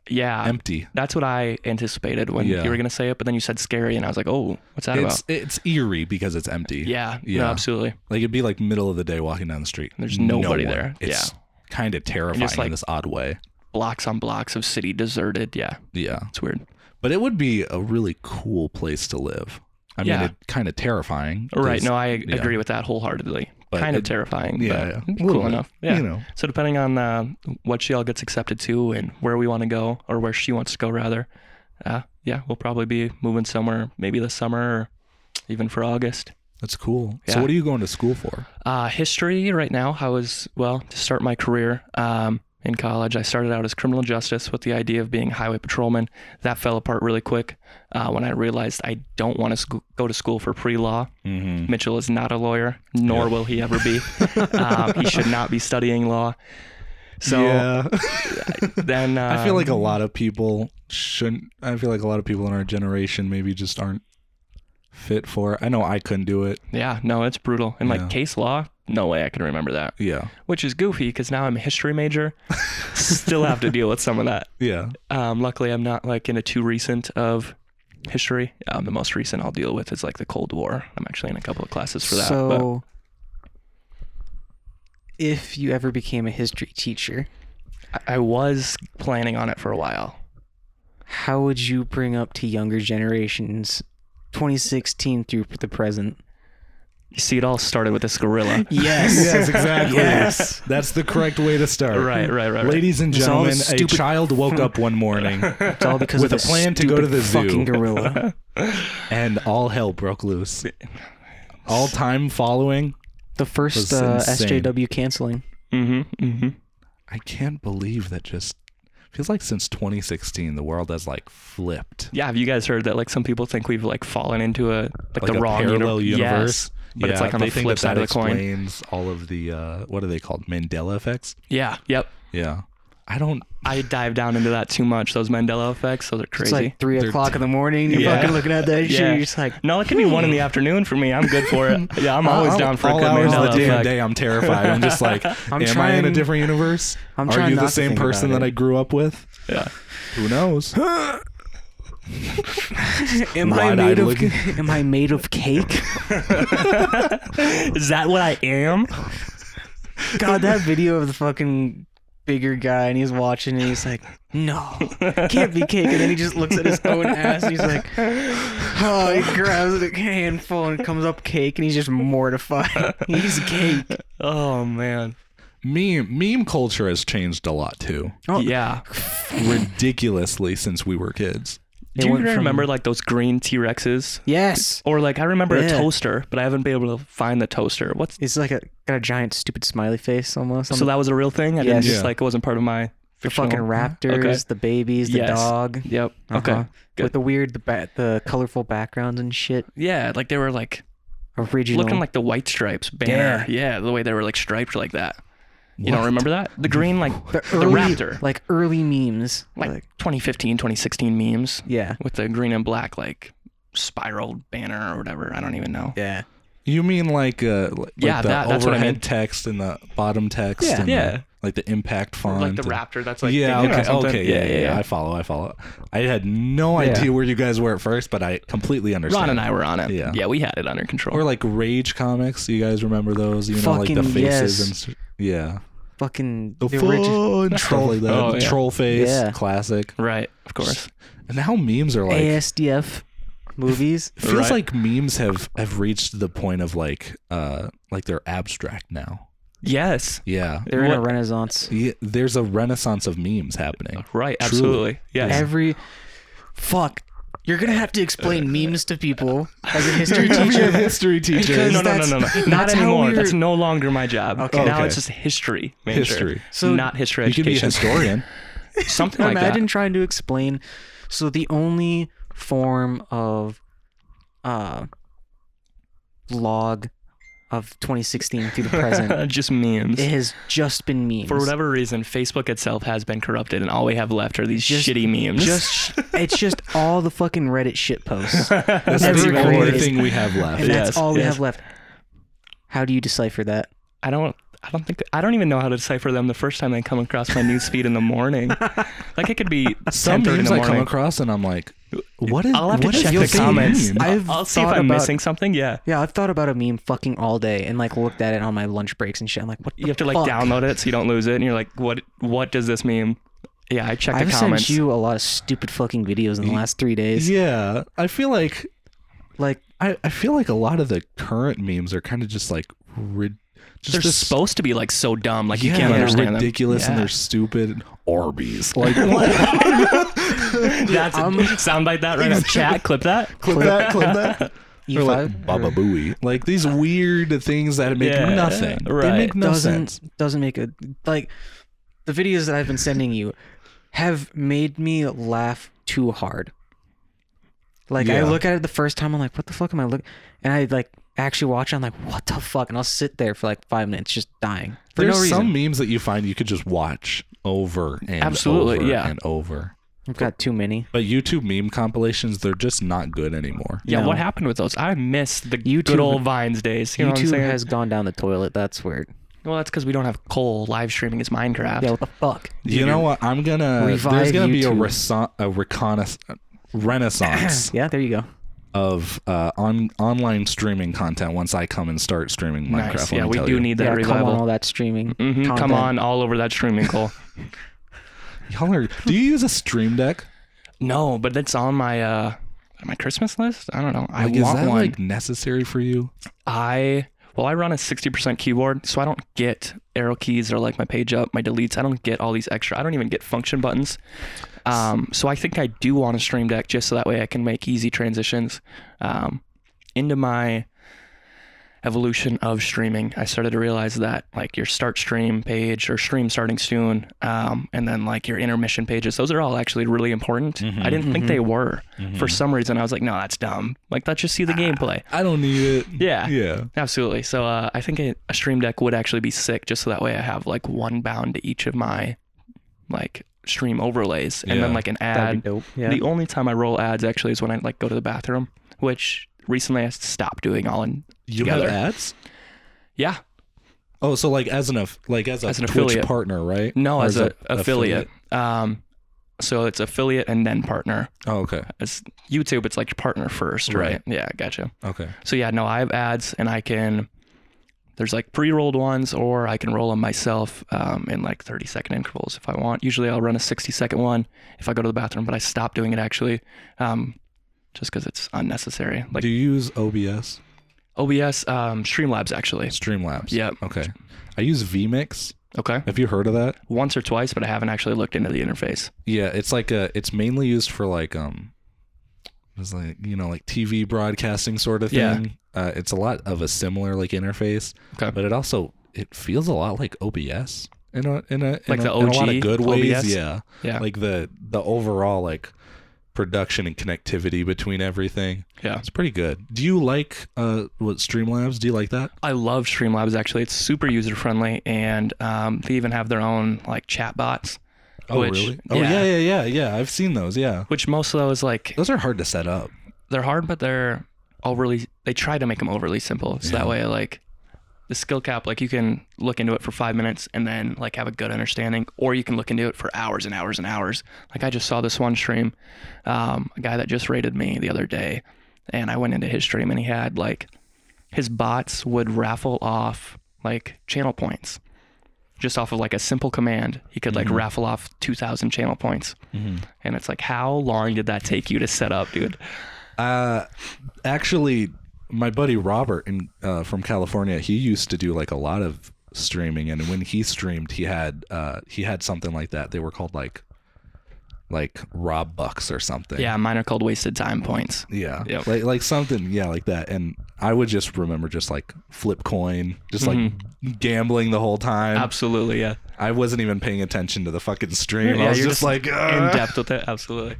C: Yeah.
A: Empty.
C: That's what I anticipated when
A: Yeah.
C: you were going to say it, but then you said scary, and I was like, oh, what's that
A: It's
C: about?
A: it's eerie because it's empty.
C: Yeah,
A: Yeah.
C: No, absolutely.
A: Like it'd be like middle of the day walking down the street.
C: There's
A: No
C: nobody
A: one.
C: there.
A: It's
C: Yeah.
A: kind of terrifying in
C: like-
A: this odd way.
C: Blocks on blocks of city deserted. Yeah,
A: Yeah.
C: it's weird.
A: But it would be a really cool place to live. I
C: Yeah.
A: mean, it's kind of terrifying. 'cause-
C: Right. No, I
A: yeah.
C: agree with that wholeheartedly.
A: But
C: kind of
A: it-
C: terrifying.
A: yeah, yeah.
C: but it'd be
A: A little
C: cool
A: bit,
C: enough. Yeah.
A: you know.
C: So depending on uh, what she all gets accepted to and where we want to go or where she wants to go rather, uh, yeah, we'll probably be moving somewhere maybe this summer or even for August.
A: That's cool. So
C: Yeah.
A: what are you going to school for?
C: Uh, history right now, I was, well, to start my career um, in college, I started out as criminal justice with the idea of being a highway patrolman. That fell apart really quick uh, when I realized I don't want to sc- go to school for pre law.
A: Mm-hmm.
C: Mitchell is not a lawyer, nor will he ever be. um, he should not be studying law. So
A: yeah.
C: then uh,
A: I feel like a lot of people shouldn't. I feel like a lot of people in our generation maybe just aren't fit for it. I know I couldn't do it.
C: yeah, no, it's brutal. And
A: Yeah.
C: like case law, no way I can remember that.
A: Yeah.
C: Which is goofy because now I'm a history major, still have to deal with some of that.
A: Yeah.
C: Um, luckily, I'm not like in a too recent of history. Um, the most recent I'll deal with is like the Cold War. I'm actually in a couple of classes for that. but
B: So, if you ever became a history teacher,
C: I- I was planning on it for a while.
B: how would you bring up to younger generations 2016 through the present?
C: You see, it all started with this gorilla.
B: Yes.
A: Yes, exactly.
B: Yes.
A: That's the correct way to start.
C: Right, right, right, right.
A: Ladies and
B: It's all
A: gentlemen,
B: this
A: a
B: stupid-
A: child woke up one morning
B: It's all because
A: With
B: of
A: a
B: the
A: plan to go to the zoo.
B: fucking gorilla.
A: and all hell broke loose. All time following.
B: The first
A: Was
B: uh,
A: insane.
B: SJW canceling.
C: mm-hmm, mm-hmm.
A: I can't believe that just feels like since 2016 the world has like flipped.
C: Yeah, have you guys heard that? Like some people think we've like fallen into a like,
A: Like
C: the
A: a
C: wrong
A: parallel
C: uni-
A: universe.
C: Yes, but it's
A: Yeah,
C: like on
A: they
C: the
A: think
C: flip
A: that
C: side
A: that
C: of the coin.
A: explains all of the uh, what are they called Mandela effects?
C: Yeah. Yep.
A: Yeah, I don't.
C: I dive down into that too much. Those Mandela effects, those are
B: It's
C: crazy.
B: like three
A: They're
B: o'clock in the morning. You're
C: Yeah.
B: fucking looking at that shit. You're just like, "Hmm."
C: no, it could be one in the afternoon for me. I'm good for it. Yeah, I'm always
A: All-
C: down for a
A: all
C: good
A: hours of
C: Mandela
A: the damn
C: effect.
A: day. I'm terrified. I'm just like, am I in a
B: trying-
A: different universe?
B: I'm
A: Are
B: trying
A: you the
B: not to
A: same
B: think about
A: person that
B: it.
A: I grew up with?
C: Yeah.
A: Who knows?
B: am I
A: Wide-eyed
B: made of?
A: looking.
B: Am I made of cake?
C: Is that what I am?
B: God, that video of the fucking bigger guy and he's watching and he's like, no, can't be cake. And then he just looks at his own ass and he's like, oh, he grabs a handful and comes up cake and he's just mortified. he's cake.
C: Oh man.
A: meme meme culture has changed a lot too,
B: Oh.
C: Yeah.
A: ridiculously since we were kids.
C: Do you
B: went
C: guys
B: from-
C: remember like those green T Rexes?
B: Yes.
C: Or like I remember a
B: Yeah.
C: toaster, but I haven't been able to find the toaster. What's
B: It's like a got a giant stupid smiley face almost.
C: so that was a real thing? I didn't
B: Yes.
C: just
A: Yeah.
C: like it wasn't part of my
B: the fucking
C: fictional-
B: raptors,
C: Okay.
B: the babies, the
C: Yes.
B: dog.
C: Yep.
B: Uh-huh.
C: Okay. Good.
B: With the weird, the ba- the colorful backgrounds and shit.
C: Yeah, like they were like
B: original.
C: looking like the white stripes banner. Yeah. the way they were like striped like that. You don't remember that? The green like the,
B: early,
C: raptor. Like,
B: like early memes. Like,
C: 2015, 2016 memes
B: yeah,
C: with the green and black like spiraled banner or whatever. I don't even know.
B: yeah,
A: You mean like uh like
C: Yeah,
A: the
C: that- that's what I
A: overhead
C: mean.
A: text and the bottom text
B: Yeah.
A: and
C: Yeah.
A: The, like the impact font.
C: Like the
A: and-
C: raptor that's like
A: yeah,
C: thinking or
A: okay,
C: something.
A: okay, yeah, yeah, yeah, I follow, I follow. I had no
B: Yeah.
A: idea where you guys were at first, but I completely understand.
C: Ron and I were on it.
A: Yeah.
C: Yeah. we had it under control.
A: or like Rage comics. You guys remember those? You know, like the
B: Fucking
A: faces
B: yes.
A: and s- yeah,
B: fucking
A: the,
B: origi-
A: fun troll like that,
C: Oh,
A: the
C: yeah.
A: troll face,
B: Yeah.
A: classic.
C: right, of course.
A: And how memes are like.
B: ASDF movies.
A: it feels
C: Right.
A: like memes have have reached the point of like uh like they're abstract now.
C: Yes.
A: Yeah.
B: They're in a
C: What-
B: renaissance.
A: Yeah, there's a renaissance of memes happening.
C: Right,
A: Truly.
C: absolutely. Yes.
B: Every fuck, you're gonna have to explain memes to people as a history teacher.
A: history teacher.
B: Because
C: no, no, no,
B: that's-
C: no, no. Not
B: that's how
C: anymore.
B: we're-
C: That's no longer my job.
B: Okay.
C: Now
A: Okay.
C: it's just history. Major.
A: History.
B: So-
C: not history
A: You could be a
C: education.
A: historian.
C: Something like
B: Imagine
C: that.
B: trying to explain. So the only form of uh log of 2016 through the present
C: uh, just memes.
B: it has just been memes.
C: For whatever reason, Facebook itself has been corrupted, and all we have left are these
B: Just-
C: shitty memes.
B: Just it's just all the fucking Reddit shit posts.
A: That's
B: Never
A: the only
B: created.
A: thing we have left.
B: And
C: Yes,
B: that's all we
C: yes.
B: have left. How do you decipher that?
C: I don't. I don't think I don't even know how to decipher them the first time they come across my newsfeed in the morning. Like it could be
A: Some
C: 10:30 in
A: memes
C: the
A: I come
C: morning.
A: across and I'm like, what is?
C: I'll have to
A: what is
C: check the
A: this
C: comments.
A: meme?
C: I'll,
B: I've
C: I'll see if
B: thought
C: I'm
B: about-
C: missing something. Yeah,
B: Yeah, I've thought about a meme fucking all day and like looked at it on my lunch breaks and shit. I'm like, what? The
C: you have to like
B: fuck?
C: download it so you don't lose it, and you're like, what? What does this mean? Yeah, I check the
B: I've
C: comments.
B: sent you a lot of stupid fucking videos in the last three days.
A: Yeah, I feel like
B: Like,
A: I, I feel like a lot of the current memes are kind of just like rid- just
C: they're
A: this-
C: supposed to be like so dumb, like
A: yeah,
C: you can't
A: they're
C: understand
A: ridiculous
C: them.
A: and they're stupid. Arby's, like what?
C: and they're that's
B: Um,
C: soundbite that right now. Chat clip that.
A: clip that, clip that.
B: E5
A: Or like Baba Booey, like these weird things that make
C: Yeah,
A: nothing. They
C: right.
A: make no
B: doesn't
A: sense.
B: doesn't make a like the videos that I've been sending you have made me laugh too hard. Like I
A: Yeah.
B: look at it the first time, I'm like, what the fuck am I looking? And I like actually watch. it, I'm like, what the fuck? And I'll sit there for like five minutes, just dying for
A: There's
B: no reason.
A: some memes that you find you could just watch over and
C: Absolutely,
A: over
C: yeah.
A: and over.
B: I've got too many.
A: But YouTube meme compilations, they're just not good anymore.
C: Yeah,
B: No.
C: what happened with those? I miss the
B: YouTube-
C: good old Vines days. You know what I'm
B: YouTube
C: saying?
B: has gone down the toilet. That's weird.
C: well, that's because we don't have Cole live streaming his Minecraft.
B: Yeah, what the fuck?
A: You know what? I'm gonna. there's
B: Revive
A: gonna be a,
B: YouTube.
A: reso- a reconnaissance. Renaissance
B: Yeah, there you go.
A: of uh, on online streaming content once I come and start streaming Minecraft. let
C: nice. Yeah,
A: me
C: we
A: tell
C: do
A: you.
C: need that
B: yeah, come
C: revival.
B: on, all that streaming.
C: Mhm, come
B: content.
C: on, all over that streaming, Cole.
A: Y'all are, do you use a Stream Deck?
C: no, but it's on my uh my Christmas list. I don't know. I
A: Like, is
C: want
A: that
C: one.
A: like necessary for you?
C: I well, I run a 60% keyboard, so I don't get arrow keys or like my page up, my deletes. I don't get all these extra. I don't even get function buttons. Um, so I think I do want a Stream Deck just so that way I can make easy transitions um, into my evolution of streaming. I started to realize that like your start stream page or stream starting soon, um, and then like your intermission pages, those are all actually really important. I didn't think they were. For some reason, I was like, no, that's dumb. Like, let's just see the gameplay.
A: I don't need it.
C: Yeah.
A: Yeah.
C: Absolutely. So uh, I think a, a stream deck would actually be sick, just so that way I have like one bound to each of my like stream overlays, and
A: Yeah.
C: then like an
B: That'd
C: ad.
B: be dope. Yeah.
C: The only time I roll ads actually is when I like go to the bathroom, which recently I stopped doing all in.
A: You
C: Together.
A: have ads?
C: Yeah,
A: Oh, so like as an aff- like as a
C: As an
A: Twitch
C: affiliate.
A: partner, right?
C: no,
A: Or
C: as, a, affiliate. Um, so it's affiliate and then partner.
A: Oh, okay.
C: As YouTube, it's like your partner first,
A: Right.
C: right? Yeah, gotcha.
A: Okay.
C: So yeah, no, I have ads and I can. There's like pre-rolled ones, or I can roll them myself um, in like 30 second intervals if I want. Usually, I'll run a 60 second one if I go to the bathroom, but I stopped doing it actually, um, just because it's unnecessary. Like
A: do you use OBS?
C: OBS, um, Streamlabs actually.
A: Streamlabs.
C: Yep.
A: Okay. I use vMix.
C: Okay.
A: Have you heard of that?
C: Once or twice, but I haven't actually looked into the interface.
A: Yeah, it's like a it's mainly used for like um it's like you know like TV broadcasting sort of
C: Yeah.
A: thing. Uh, it's a lot of a similar like interface,
C: Okay.
A: but it also it feels a lot like OBS in a in a in
C: Like
A: a,
C: the
A: in a lot of
C: OG
A: good ways.
C: OBS?
A: Yeah,
C: Yeah.
A: like the the overall like production and connectivity between everything.
C: Yeah.
A: It's pretty good. Do you like uh what Streamlabs? Do you like that?
C: I love Streamlabs actually. It's super user friendly, and um, they even have their own like chat bots.
A: Oh
C: which-
A: really? Oh yeah. yeah, yeah, yeah, I've seen those. Yeah.
C: Which most of those like
A: Those are hard to set up.
C: they're hard, but they're overly. They try to make them overly simple, so that way like the skill cap, like you can look into it for five minutes and then like have a good understanding, or you can look into it for hours and hours and hours. Like I just saw this one stream, um, a guy that just rated me the other day, and I went into his stream and he had like his bots would raffle off like channel points just off of like a simple command he could like raffle off 2000 channel points and it's like how long did that take you to set up dude
A: Uh actually my buddy Robert in uh, from California, he used to do like a lot of streaming and when he streamed he had uh he had something like that. They were called like like Rob Bucks or something.
C: yeah mine are called wasted time points
A: Yeah.
C: Yep.
A: Like like something, yeah, like that. And I would just remember just like flip coin, just
C: Mm-hmm.
A: like gambling the whole time.
C: absolutely yeah
A: I wasn't even paying attention to the fucking stream.
C: yeah
A: I was just, like
C: in
A: "Ugh."
C: depth with it absolutely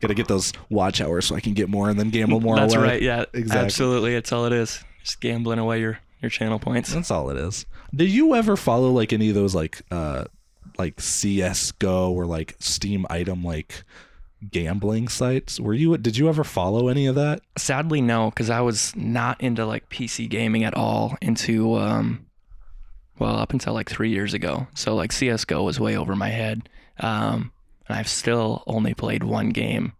A: gotta get those watch hours so I can get more and then gamble more.
C: that's
A: away.
C: right yeah
A: Exactly.
C: absolutely it's all it is just gambling away your your channel points
A: That's all it is. Did you ever follow like any of those like uh like CS:GO or like Steam item like gambling sites? Were you did you ever follow any of that?
C: Sadly, no, because I was not into like PC gaming at all. Into um, well, up until like three years ago. So like CS:GO was way over my head. Um, and I've still only played one game,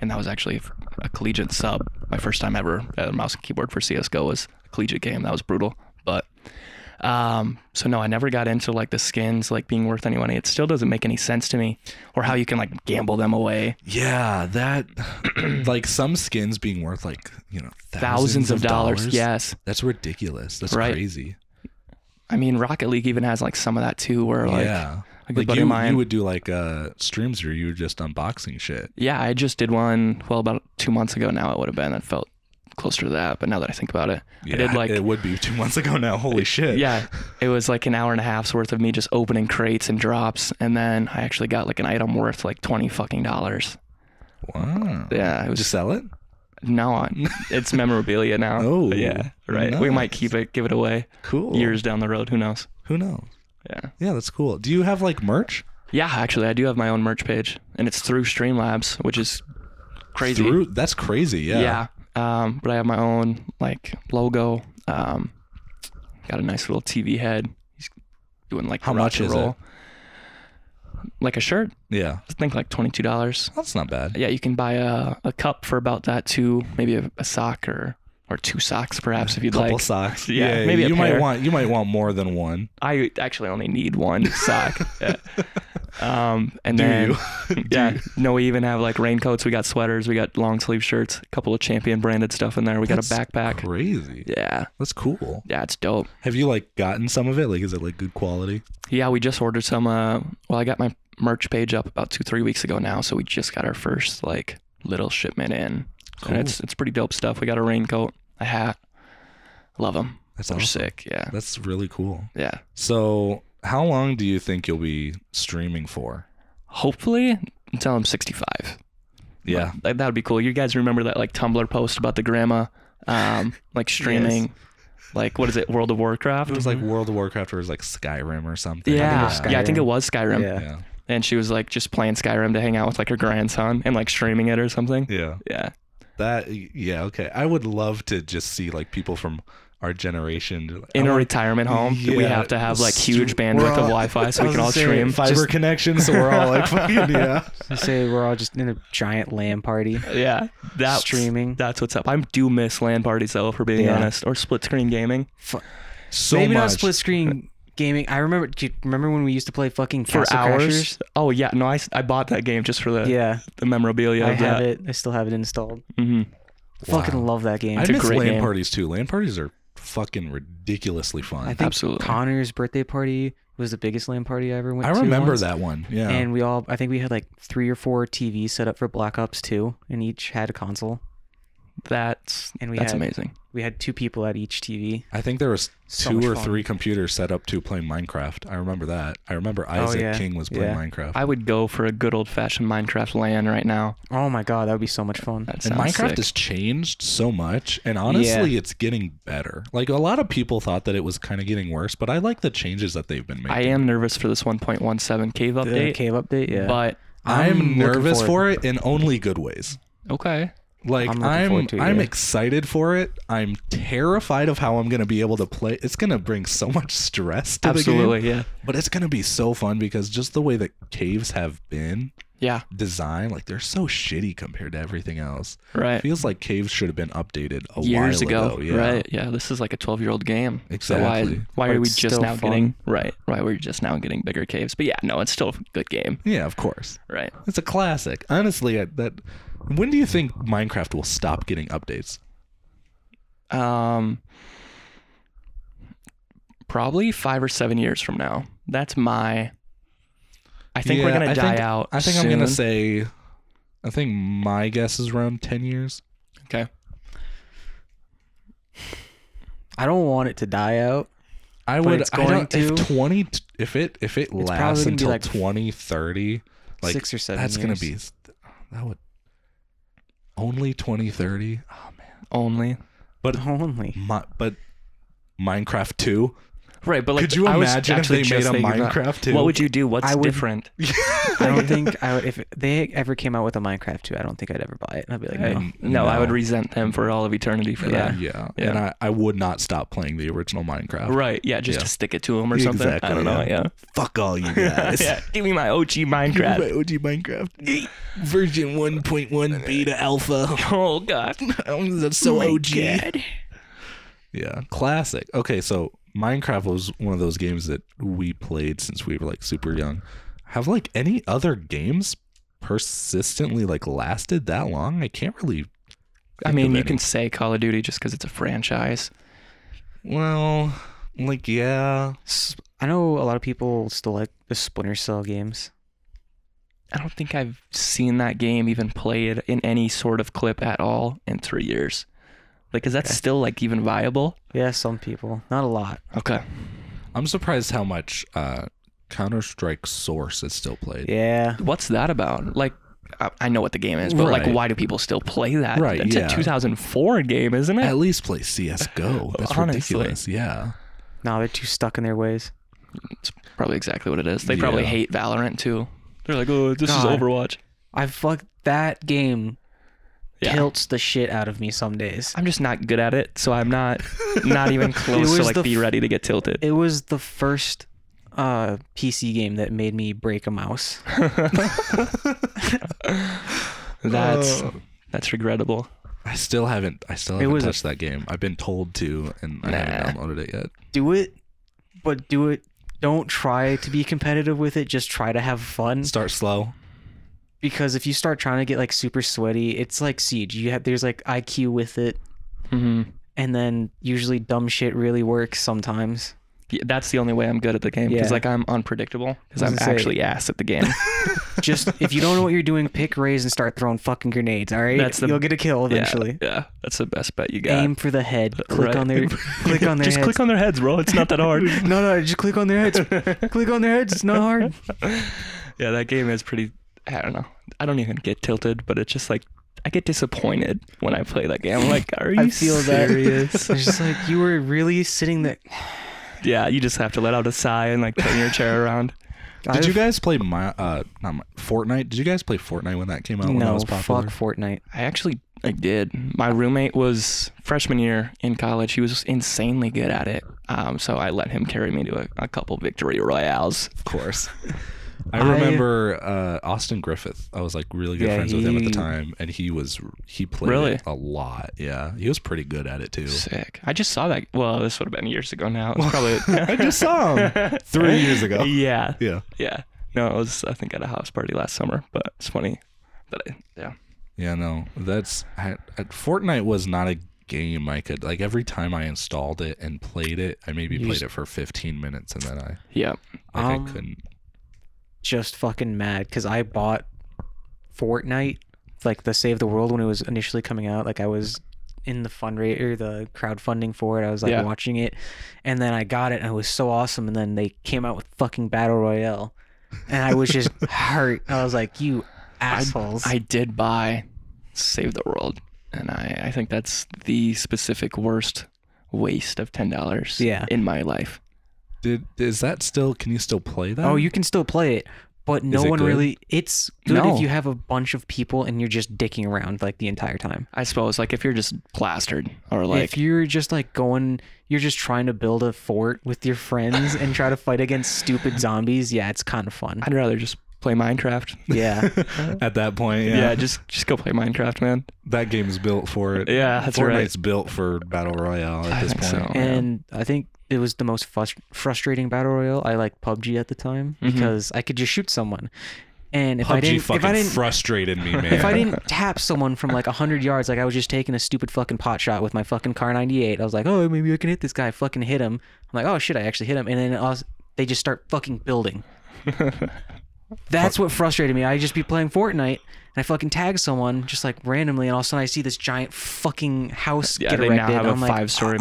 C: and that was actually a collegiate sub. My first time ever at a mouse and keyboard for CS:GO was a collegiate game. That was brutal, but. Um, so no, I never got into like the skins like being worth any money. It still doesn't make any sense to me, or how you can like gamble them away.
A: Yeah, that like some skins being worth like, you know,
C: Thousands, of dollars. Yes.
A: That's ridiculous. That's
C: Right.
A: crazy.
C: I mean, Rocket League even has like some of that too, where like,
A: yeah.
C: a good
A: Like
C: buddy
A: you,
C: of mine.
A: you would do like uh streams where you were just unboxing shit.
C: yeah, I just did one. Well, about two months ago now, it would have been. It felt closer to that, but now that I think about it, I did like,
A: it would be two months ago now. Holy shit.
C: yeah, it was like an hour and a half's worth of me just opening crates and drops, and then I actually got like an item worth like twenty fucking dollars.
A: Wow.
C: Yeah, it
A: Would
C: was
A: you
C: just
A: sell it?
C: no, I- it's memorabilia now.
A: Oh,
C: yeah, right. We might
A: nice.
C: keep it, give it away
A: Cool.
C: years down the road. Who knows?
A: Who knows?
C: Yeah.
A: Yeah, that's cool. Do you have like merch?
C: Yeah, actually, I do have my own merch page, and it's through Streamlabs, which is crazy.
A: Through that's crazy. Yeah.
C: yeah. Um, but I have my own like logo. Um, got a nice little TV head. He's doing like
A: How
C: rock
A: much
C: and
A: is
C: roll. Like a shirt,
A: Yeah.
C: I think like twenty two dollars.
A: That's not bad.
C: Yeah, you can buy a, a cup for about that too. Maybe a, a sock or or two socks perhaps if you'd
A: Couple
C: like.
A: socks.
C: yeah, maybe a
A: you might
C: pair.
A: want you might want more than one.
C: I actually only need one sock. Yeah. Um, and
A: Do
C: then
A: you?
C: yeah, no, we even have like raincoats. We got sweaters. We got long sleeve shirts. A couple of champion branded stuff in there. We
A: That's
C: got a backpack.
A: Crazy.
C: Yeah,
A: That's cool.
C: yeah, it's dope.
A: Have you like gotten some of it? Like, is it like good quality?
C: Yeah, we just ordered some. Uh, well, I got my merch page up about two, three weeks ago now, so we just got our first like little shipment in, and it's it's pretty dope stuff. We got a raincoat, a hat. Love them.
A: That's
C: They're
A: awesome.
C: Oh, sick. Yeah,
A: That's really cool.
C: yeah.
A: So, how long do you think you'll be streaming for?
C: Hopefully, until I'm 65.
A: Yeah.
C: Like, that would be cool. You guys remember that like Tumblr post about the grandma, um, like streaming, like what is it, World of Warcraft?
A: It was like World of Warcraft or it was like Skyrim or something.
C: Mm-hmm. yeah,
B: was
C: yeah. I think it
B: Skyrim.
C: was Skyrim.
B: Yeah.
A: Yeah.
C: And she was like just playing Skyrim to hang out with like her grandson and like streaming it or something.
A: Yeah.
C: yeah.
A: That yeah, okay. I would love to just see like people from our generation
C: in
A: I
C: a
A: want
C: retirement home, we
A: Yeah.
C: have to have like
A: Str-
C: huge bandwidth of Wi-Fi so we can all stream.
A: fiber
B: Just-
A: connection, so we're all like fucking yeah.
B: I say we're all just in a giant LAN party.
C: Yeah, that's
B: Streaming.
C: That's what's up. I do miss LAN parties though, for being
B: Yeah.
C: honest, or split screen gaming
A: So
B: Maybe
A: much.
B: not split screen gaming. I remember. Do you remember when we used to play fucking
C: for
B: Castle
C: hours. Oh yeah, no, I, s- I bought that game just for the
B: Crashers? Yeah,
C: the memorabilia.
B: I Mm-hmm.
C: of
B: have
C: that.
B: it. I still have it installed.
C: hmm
B: Fucking love that game.
A: I
C: It's a
A: miss
C: great
A: LAN
C: game.
A: parties too. LAN parties are fucking ridiculously fun.
B: I
A: I,
B: think
C: Absolutely.
B: Connor's birthday party was the biggest LAN party I ever went to.
A: remember
B: once.
A: that one.
C: Oh.
A: Yeah.
B: And we all, I think we had like three or four TVs set up for Black Ops 2, and each had a console.
C: That's
B: And we
C: that's
B: had-
C: amazing.
B: We had two people at each TV.
A: I think there was
B: So
A: two
B: much
A: or
B: fun.
A: three computers set up to play Minecraft. I remember that. I remember Isaac
B: yeah.
A: King was playing
B: Yeah.
A: Minecraft.
C: Oh, I would go for a good old fashioned Minecraft LAN right now.
B: Oh my god, that would be so much fun.
C: That
A: and
C: sounds
A: Minecraft
C: sick.
A: has changed so much, and honestly, it's getting better. Like a lot of people thought that it was kind of getting worse, but I like the changes that they've been making.
C: I am nervous for this 1.17 cave
B: The
C: update,
B: cave update, yeah.
C: but
A: I'm,
B: I'm looking
A: nervous for
B: forward-
A: it in only good ways.
C: okay.
A: Like I'm
B: I'm looking
A: I'm,
B: forward to it, yeah.
A: excited for it. I'm terrified of how I'm going to be able to play. It's going to bring so much stress to the
C: Absolutely,
A: game.
C: yeah.
A: But it's going to be so fun because just the way that caves have been
C: Yeah,
A: designed, like they're so shitty compared to everything else.
C: right.
A: It feels like caves should have been updated a
C: Years
A: while
C: ago,
A: ago. yeah.
C: right? Yeah, this is like a 12 year old game. So
A: Exactly.
C: why, why
B: But
C: are we
B: it's
C: just
B: still
C: now
B: fun.
C: getting right? Right, we're just now getting bigger caves, but yeah, no, it's still a good game,
A: Yeah, of course.
C: right?
A: It's a classic. Honestly, I, that when do you think Minecraft will stop getting updates?
C: Um, probably five or seven years from now. That's my. I think we're
A: Yeah,
C: gonna
A: I
C: die
A: think-
C: out.
A: I think I'm going to
C: soon.
A: say I think my guess is around 10 years.
C: Okay.
B: I don't want it to die out.
A: I would.
B: it's
A: I
B: going
A: don't, if
B: to-
A: twenty, t- if it if it
B: probably
A: lasts
B: gonna be
A: until
B: like
A: twenty thirty, like
B: six or seven
A: That's gonna
B: years.
A: be s- that would only twenty thirty. Oh man,
C: Only.
B: Only.
A: My, but Minecraft two.
C: Right, but like,
A: Could you
C: I was
A: imagine if
C: actually
A: they
C: just
A: made a
C: thinking about-
A: Minecraft too?
C: What would you do? What's
B: I would-
C: different?
B: I don't think I would if they ever came out with a Minecraft 2, I don't think I'd ever buy it. I'd be like,
C: I-
B: no.
C: no, I would resent them for all of eternity for
A: Yeah,
C: that.
A: yeah.
C: Yeah.
A: and I, I would not stop playing the original Minecraft.
C: Right, yeah, just
A: Yeah.
C: to stick it to them or something.
A: Exactly,
C: I don't know.
A: yeah.
C: Yeah.
A: Fuck all you
C: Yeah.
A: guys.
C: give me my OG Minecraft.
A: OG Minecraft version one point one beta alpha.
C: Oh God.
A: That's
B: Oh
A: so OG. Yeah, classic. Okay, so Minecraft was one of those games that we played since we were like super young. Have like any other games persistently like lasted that long? I can't really.
C: I
A: think
C: mean,
A: of
C: you
A: any.
C: can say Call of Duty just because it's a franchise.
A: Well, like yeah,
B: S- I know a lot of people still like the Splinter Cell games.
C: I don't think I've seen that game even played in any sort of clip at all in three years. Like, is that still like even viable?
B: Yeah, some people. Not a lot.
C: Okay.
A: I'm surprised how much uh Counter Strike Source is still played.
B: Yeah.
C: What's that about? Like, I, I know what the game is, but
A: Right.
C: like, why do people still play that?
A: Right,
C: It's
A: yeah.
C: a 2004 game, isn't it?
A: At least play CS:GO. That's
C: Honestly.
A: ridiculous. Yeah.
B: No, they're too stuck in their ways.
C: It's probably exactly what it is. They probably
A: Yeah.
C: hate Valorant too. They're like, oh, this
B: God.
C: is Overwatch.
B: I fuck that game
C: Yeah.
B: tilts the shit out of me some days.
C: I'm just not good at it, so I'm not not even close to
B: was
C: like
B: the
C: be
B: f-
C: ready to get tilted.
B: It was the first uh, PC game that made me break a mouse.
C: That's that's regrettable.
A: I still haven't. I still
B: It
A: haven't
B: was a-
A: touched that game. I've been told to, and I haven't downloaded it yet.
B: Do it, but do it. Don't try to be competitive with it. Just try to have fun.
A: Start slow.
B: Because if you start trying to get like super sweaty, it's like siege. You have there's like IQ with it,
C: hmm
B: and then usually dumb shit really works sometimes.
C: Yeah, that's the only way I'm good at the game because
B: Yeah.
C: like I'm unpredictable because
B: I
C: I'm
B: was gonna say-
C: actually ass at the game.
B: Just if you don't know what you're doing, pick rays and start throwing fucking grenades. All right,
C: That's the-
B: you'll get a kill
C: Yeah,
B: eventually.
C: yeah, that's the best bet you got.
B: Aim for the head. Click
C: Right.
B: on their click on their
C: just
B: heads.
C: click on their heads, bro. It's not that hard.
B: No, no, just click on their heads. click on their heads. It's not hard.
C: yeah, that game is pretty. I don't know. I don't even get tilted, but it's just like I get disappointed when I play that game. I'm like, are you
B: I feel that.
C: serious?
B: It's just like you were really sitting there.
C: yeah, you just have to let out a sigh and like turn your chair around.
A: Did you guys play my uh not my, Fortnite? Did you guys play Fortnite when that came out when that
B: No,
A: was popular?
B: fuck Fortnite.
C: I actually I did. My roommate was freshman year in college. He was insanely good at it. Um, so I let him carry me to a, a couple victory royales.
A: Of course. I
B: I-
A: remember uh, Austin Griffith. I was like really good
B: Yeah,
A: friends with him at the
B: he-
A: time, and he was he played
C: Really?
A: it a lot. Yeah, he was pretty good at it too.
C: Sick. I just saw that. Well, this would have been years ago now. It was probably
A: I just saw him three years ago.
C: yeah,
A: Yeah,
C: yeah. No, it was I think at a house party last summer. But it's funny. But I, yeah,
A: yeah. No, that's I, I- Fortnite was not a game I could like. Every time I installed it and played it, I maybe played
B: just-
A: it for 15 minutes, and then I
C: yeah.
A: like
B: Um,
A: I couldn't.
B: Just fucking mad because I bought Fortnite like the Save the World when it was initially coming out. Like I was in the fundraiser, the crowdfunding for it. I was like
C: Yeah.
B: watching it, and then I got it, and it was so awesome. And then they came out with fucking Battle Royale, and I was just hurt. I was like, you assholes.
C: I did buy Save the World, and I, I think that's the specific worst waste of ten dollars
B: Yeah.
C: in my life.
A: Did is that still? Can you still play that?
B: oh, you can still play it. But no
A: Mm-hmm. it
B: one
A: good?
B: really. It's good
C: No.
B: if you have a bunch of people and you're just dicking around like the entire time.
C: I suppose like if you're just plastered or like
B: if you're just like going you're just trying to build a fort with your friends and try to fight against stupid zombies yeah it's kind of fun
C: I'd rather just play Minecraft.
B: yeah
A: at that point, yeah,
C: Yeah, just just go play Minecraft, man.
A: that game's built for it.
C: Yeah, that's right.
A: Fortnite's built for battle royale at
C: I
A: this
C: think
A: point.
C: so.
B: and i think it was the most frus- frustrating battle royale i liked pubg at the time
A: Mm-hmm.
B: because i could just shoot someone and if i
A: PUBG
B: didn't
A: fucking
B: if i didn't
A: frustrated me, man.
B: if I didn't tap someone from like 100 yards, like I was just taking a stupid fucking pot shot with my fucking car 98, I was like, oh, maybe I can hit this guy. Fucking hit him. I'm like, oh shit, I actually hit him. And then I was, they just start fucking building. That's what frustrated me. I'd just be playing Fortnite and I fucking tag someone just like randomly, and all of a sudden I see this giant fucking house
C: Yeah,
B: get
C: they
B: erected.
C: now have
B: I'm
C: a
B: like,
C: five story.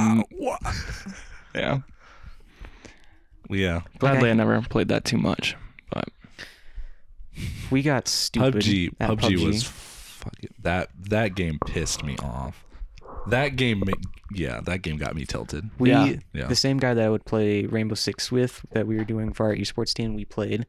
C: yeah,
A: yeah,
C: gladly I never played that too much, but
B: we got stupid.
A: PUBG,
B: at
A: PUBG, was fucking that. That game pissed me off. That game, ma- yeah, that game got me tilted.
B: We
C: Yeah.
A: Yeah.
B: the same guy that I would play Rainbow Six with that we were doing for our esports team. We played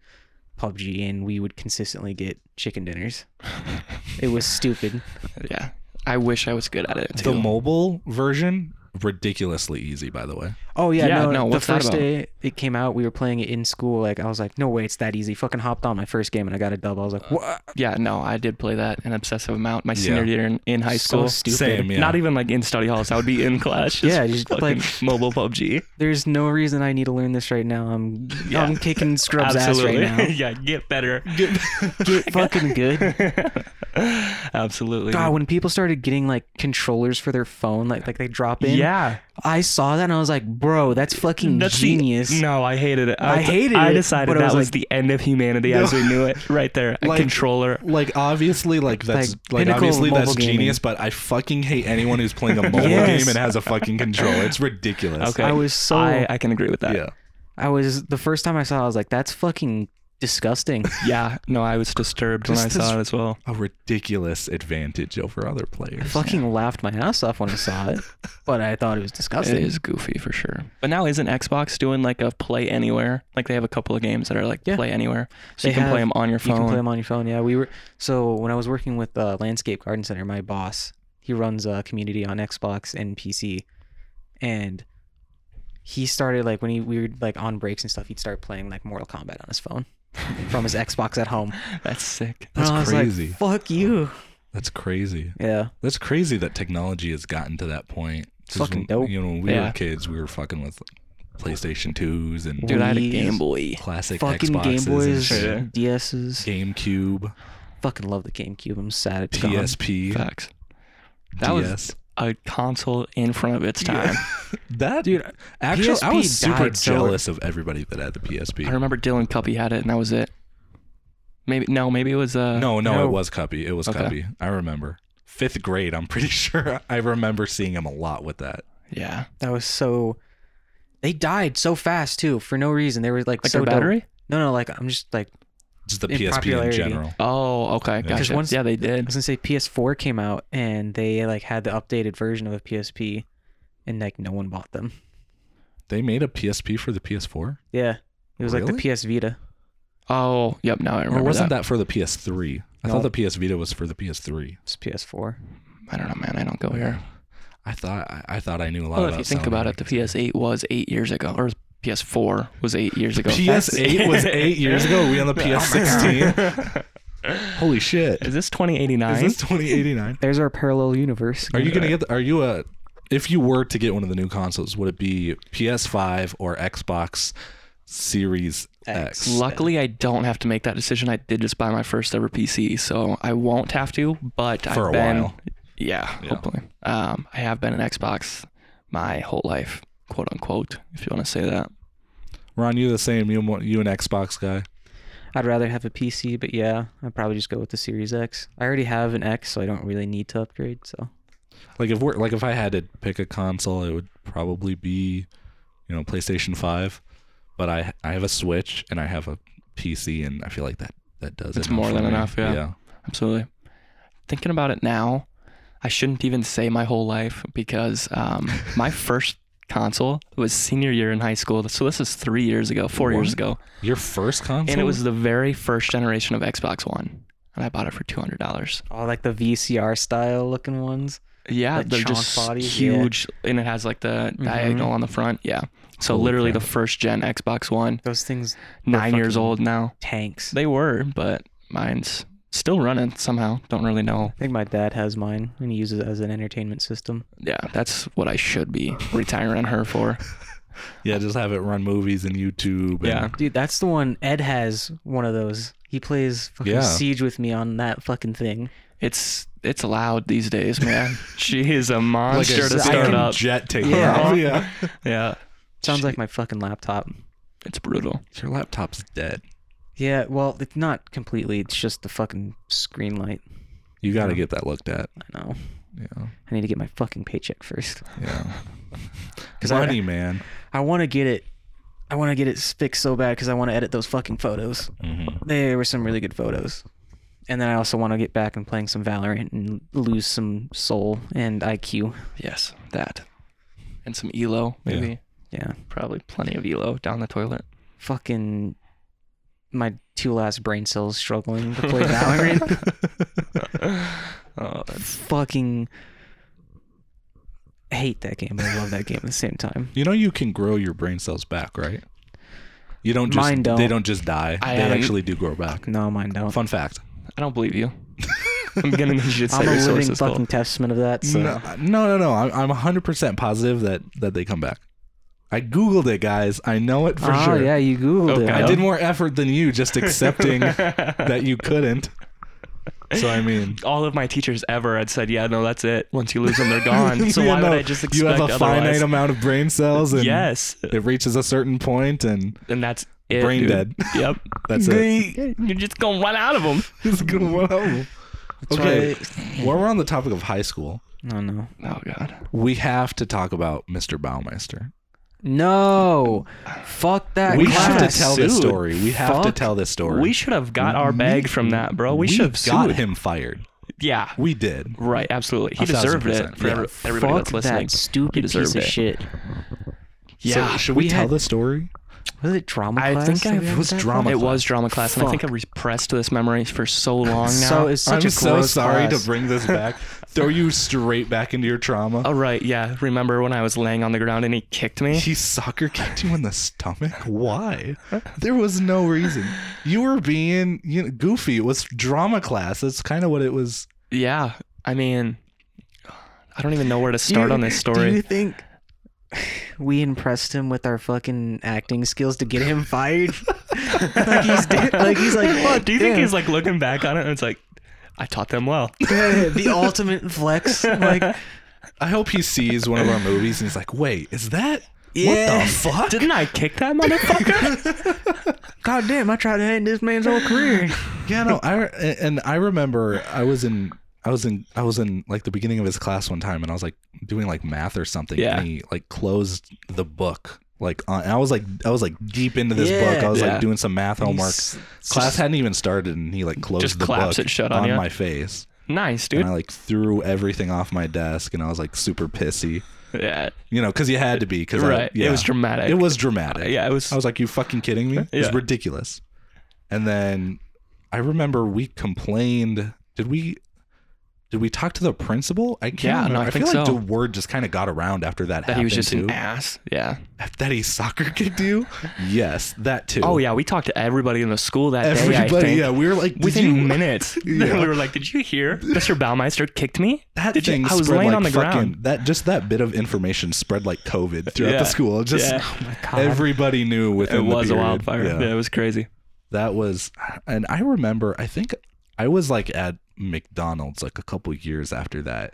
B: PUBG and we would consistently get chicken dinners. it was stupid.
C: yeah, I wish I was good at it too.
A: The mobile version ridiculously easy, by the way.
B: Oh yeah,
C: Yeah,
B: no,
C: no,
B: the
C: what's that
B: first
C: about?
B: day it came out, we were playing it in school. Like I was like, no way, it's that easy. Fucking hopped on my first game and I got a dub. I was like, what?
C: yeah, no, I did play that an obsessive amount my senior year in, in high
B: So
C: school.
B: stupid.
A: Same, yeah.
C: Not even like in study halls. I would be in class. Just
B: Yeah, just,
C: fucking
B: like-
C: mobile PUBG.
B: There's no reason I need to learn this right now. I'm
C: Yeah.
B: I'm kicking Scrubs
C: Absolutely.
B: ass right
C: yeah, get better.
B: now. Get fucking good.
C: Absolutely.
B: God, when people started getting like controllers for their phone, like like they drop in.
C: yeah.
B: I saw that and I was like, bro, that's fucking
C: That's the-
B: genius.
C: no, I hated it.
B: I hated
C: I
B: it,
C: decided
B: but I
C: that
B: was
C: was,
B: like-
C: the end of humanity as we knew it. Right there, a
A: Like-
C: controller.
A: Like obviously, like that's
B: Like,
A: like,
B: pinnacle of
A: obviously
B: mobile
A: that's
B: gaming.
A: genius, but I fucking hate anyone who's playing a mobile
B: Yes.
A: game and has a fucking controller. It's ridiculous.
C: Okay,
B: I was so-
C: I, I can agree with that.
A: Yeah.
B: I was the first time I saw, it, I was like, that's fucking disgusting.
C: Yeah, no, I was disturbed when I
A: Just
C: saw
A: this-
C: it as well.
A: A ridiculous advantage over other players.
B: fucking laughed my ass off when I saw it, but I thought it was
C: It
B: disgusting.
C: is goofy for sure. But now isn't Xbox doing like a play anywhere? Like they have a couple of games that are like
B: Yeah.
C: play anywhere, so
B: They
C: you can play
B: have-
C: them on your
B: You
C: phone.
B: can play them on your phone. Yeah, we were. So when I was working with uh, Landscape Garden Center, my boss, he runs a community on Xbox and PC, and he started like when he we were like on breaks and stuff, he'd start playing like Mortal Kombat on his phone from his Xbox at home.
C: That's sick.
A: That's
B: and I was
A: crazy.
B: Like, Fuck you.
A: That's crazy.
B: Yeah.
A: That's crazy that technology has gotten to that point. 'Cause
B: Fucking
A: when-
B: dope.
A: You know, when we were
C: Yeah.
A: kids, we were fucking with PlayStation twos and
C: Dude, I had a
B: Please.
C: Game Boy.
A: classic
B: fucking
A: Xboxes
B: Game
A: and
B: Boys,
A: shit.
B: DSs.
A: GameCube,
B: Fucking love the GameCube. I'm sad it's gone.
A: PSP,
C: Facts. That was
A: DS.
C: a console in front of its time.
A: That
B: Dude,
A: actually, I
B: PSP
A: was super
B: died so-
A: jealous of everybody that had the PSP.
C: I remember Dylan Cuppy had it, and that was it. Maybe no, maybe it was uh
A: no, no,
B: No.
A: it was Cuppy. It was
C: Okay.
A: Cuppy. I remember. Fifth grade, I'm pretty sure. I remember seeing him a lot with that.
C: yeah
B: That was so. They died so fast too for no reason. They were like,
C: like
B: so
C: a
B: dope.
C: battery.
B: No, no, like I'm just like
A: Just the
B: In
A: PSP
B: popularity.
A: in general.
C: Oh, okay,
B: Because
C: gotcha.
B: once-
C: yeah, they
B: I
C: did.
B: was gonna say PS4 came out and they like had the updated version of a PSP, and like no one bought them.
A: They made a PSP for the PS4,
B: Yeah, it was like
A: Really?
B: the PS Vita.
C: Oh, yep. Now I remember
A: or wasn't
C: that.
A: that. for the PS3? I
B: No.
A: thought the PS Vita was for the PS3.
B: It's PS4.
C: I don't know, man. I don't go here.
A: I thought I, I thought I knew a lot
C: Well,
A: about.
C: if you think
A: Sony.
C: about it, the PS8 was eight years ago, or PS4 was eight years ago.
A: PS8 was eight years ago. We on the PS16. Holy shit!
C: Is this 2089?
A: Is this 2089?
B: There's our parallel universe.
A: Are you gonna get? The, are you a? If you were to get one of the new consoles, would it be PS5 or Xbox Series X?
C: Luckily, I don't have to make that decision. I did just buy my first ever PC, so I won't have to. But
A: For
C: I've
A: a
C: been,
A: while.
C: yeah, hopefully. Um, I have been an Xbox my whole life, quote unquote, if you want to say that.
A: Ron, you the same? You and- you an Xbox guy?
B: I'd rather have a PC, but yeah, I'd probably just go with the Series X. I already have an X, so I don't really need to upgrade. So
A: Like if we're like if I had to pick a console, it would probably be, you know, PlayStation Five. But I I have a Switch and I have a PC, and I feel like that that does
C: It's
A: enough
C: more
A: for
C: than
A: me.
C: enough, yeah.
A: yeah.
C: Absolutely. Thinking about it now, I shouldn't even say my whole life because um, my first console was senior year in high school. So this is three years ago, four years
A: What?
C: ago.
A: Your first console,
C: And it was the very first generation of Xbox One. And I bought it for $200.
B: all like the VCR style looking ones.
C: Yeah,
B: Like
C: they're
B: chonk
C: just
B: bodies, yeah.
C: huge. And it has like the diagonal on the front. Yeah. So
A: Holy
C: literally
A: crap.
C: the first gen Xbox One,
B: Those things
C: nine years
B: fucking-
C: old now.
B: tanks.
C: They were, but mine's still running somehow. Don't really know.
B: I think my dad has mine and he uses it as an entertainment system.
C: Yeah, that's what I should be retiring her for.
A: yeah. Just have it run movies and YouTube. And,
C: Yeah.
B: Dude, that's the one Ed has one of those. He plays fucking
A: Yeah.
B: Siege with me on that fucking thing.
C: It's it's loud these days, man. she is a
A: like
C: monster
A: a second
C: to start up.
A: jet taking
B: Yeah.
A: off. Yeah,
C: yeah,
B: Sounds like my fucking laptop.
C: it's brutal.
A: your laptop's dead.
B: Yeah, well, it's not completely. It's just the fucking screen light.
A: You got to get that looked at.
B: I know.
A: Yeah,
B: I need to get my fucking paycheck first.
A: yeah.
B: 'Cause I-
A: Money, man.
B: I want to get it. I want to get it fixed so bad because I want to edit those fucking photos.
A: Mhm.
B: There were some really good photos. And then I also want to get back and playing some Valorant and lose some soul and IQ.
C: Yes, that and some Elo
A: Yeah.
C: maybe.
B: Yeah.
C: Probably plenty of Elo down the toilet.
B: Fucking my two last brain cells struggling to play Valorant.
C: Oh, that's
B: fucking hate that game, but I love that game at the same time.
A: You know you can grow your brain cells back, right? You don't just
B: Mine don't.
A: they don't just die.
C: I
A: they
C: haven't-
A: actually do grow back.
B: No, mine don't.
A: Fun fact.
C: I don't believe you. I'm gonna need you to say
B: I'm a
C: your
B: living
C: sources. Cole.
B: fucking testament of that. So.
A: No, no, no, no. I'm I'm 100% positive that that they come back. I googled it, guys. I know it for
C: Ah,
B: oh
A: sure.
B: yeah, you googled it.
C: Okay.
A: I
B: huh?
A: did more effort than you just accepting that you couldn't. So I mean,
C: All of my teachers ever had said, "Yeah, no, that's it. Once you lose them, they're gone." So
A: you
C: why
A: know,
C: would I just expect
A: you have a
C: otherwise?
A: finite amount of brain cells and
C: Yes,
A: it reaches a certain point and
C: and that's it.
A: Brain
C: dude.
A: dead.
C: Yep.
A: That's it.
C: You're just gonna run out of them.
A: it's gonna
C: Mm-hmm.
A: well. Okay. While we're on the topic of high school,
B: No, no,
C: Oh God.
A: we have to talk about Mr. Baumeister.
B: no. Fuck that.
A: we
B: class.
A: have to tell this
C: sued.
A: story. We have to
B: Fuck.
A: tell this story.
C: We should have got our bag from that, bro. We, should have
A: got
C: sued.
A: him fired.
C: Yeah.
A: We did.
C: Right. Absolutely. He
A: A thousand
C: deserved
A: percent,
C: it for
A: yeah.
C: every- everybody
B: Fuck
C: that's listening.
B: that
C: he
B: stupid piece
C: deserved
B: of
C: it.
B: shit.
C: Yeah.
A: So should we,
B: we
A: tell
B: had-
A: the story?
B: Was it drama
C: I
B: class?
C: think
B: that
C: I
B: we had
A: was
B: that
A: drama
C: it
B: class?
C: was drama class, and I think I
B: Fuck.
C: repressed this memory for so long now.
B: So it's such
A: I'm
B: a
A: so
B: gross
A: sorry
B: class.
A: to bring this back. Throw you straight back into your trauma.
C: Oh right, yeah. Remember when I was laying on the ground and he kicked me?
A: He soccer kicked you in the stomach. Why? There was no reason. You were being you know, goofy. It was drama class. That's kind of what it was.
C: Yeah. I mean, I don't even know where to start
B: you-
C: on this
B: Do you
C: story.
B: think we impressed him with our fucking acting skills to get him fired? like he's dead- like he's like fuck.
C: Do you think
B: yeah.
C: he's like looking back on it and it's like, I taught them well?
B: the ultimate flex? Like
A: I hope he sees one of our movies and he's like, "Wait, is that what
B: Yeah.
A: the fuck?"
C: Didn't I kick that motherfucker?
B: god damn, I tried to end this man's whole career.
A: Yeah, no, I and I remember I was in I was in I was in like the beginning of his class one time, and I was like doing like math or something.
C: Yeah.
A: and he like closed the book. Like on, and I was like I was like deep into this book.
B: Yeah.
A: I was
C: Yeah.
A: like doing some math homework.
B: He's-
A: Class hadn't even started, and he like closed
C: Just
A: the
C: claps
A: book
C: it shut on ya.
A: my face,
C: nice,
A: and
C: dude.
A: I like threw everything off my desk, and I was like super pissy.
C: Yeah.
A: You know, because you had to be. Because
C: Right.
A: yeah.
C: It was dramatic.
A: It was dramatic.
C: Yeah, it was.
A: I was like, "You fucking kidding me? It's
C: Yeah.
A: ridiculous." And then I remember we complained. Did we? Did we talk to the principal? I can't.
C: Yeah, no,
A: remember.
C: I
A: feel
C: think
A: like
C: so.
A: the word just kind of got around after that.
C: that he was
A: happened,
C: just
A: too.
C: an ass. Yeah.
A: that he soccer kicked you. yes, that too.
C: Oh yeah, we talked to everybody in the school that day. I
A: everybody.
C: think.
A: Yeah, we were like, did
C: Within
A: you,
C: minutes,
A: Yeah.
C: we were like, "Did you hear? Mr. Baumeister kicked me."
A: That
C: Did you-
A: thing.
C: I was
A: spread
C: laying
A: like
C: on the
A: fucking,
C: ground.
A: That just that bit of information spread like COVID throughout
C: Yeah.
A: the school. Just
C: Yeah. Oh
B: God.
A: everybody knew within
C: It
A: the
C: was a
A: period.
C: wildfire.
A: Yeah.
C: Yeah, it was crazy.
A: that was and i remember i think i was like at mcdonald's like a couple years after that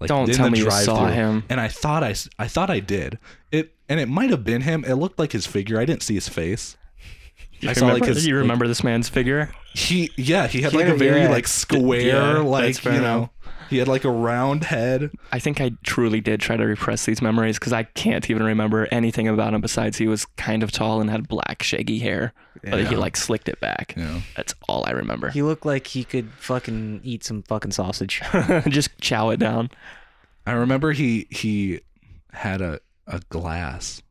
A: like
C: Don't
A: in
C: tell
A: the
C: me you saw
A: drive-thru.
C: him.
A: and i thought i s- i thought i did it and it might have been him it looked like his figure i didn't see his face I saw
C: remember,
A: like his
C: you
A: like,
C: remember this man's figure?
A: he yeah he had
B: He
A: like
B: had
A: a
B: a-
A: very
B: yeah,
A: like square
C: yeah, that's
A: like
C: fair
A: you
C: enough.
A: know he had like a round head.
C: I think I truly did try to repress these memories because I can't even remember anything about him besides he was kind of tall and had black shaggy hair, but he like slicked it back.
A: Yeah.
C: That's all I remember.
B: He looked like he could fucking eat some fucking sausage.
C: Just chow it down.
A: I remember he he had a a glass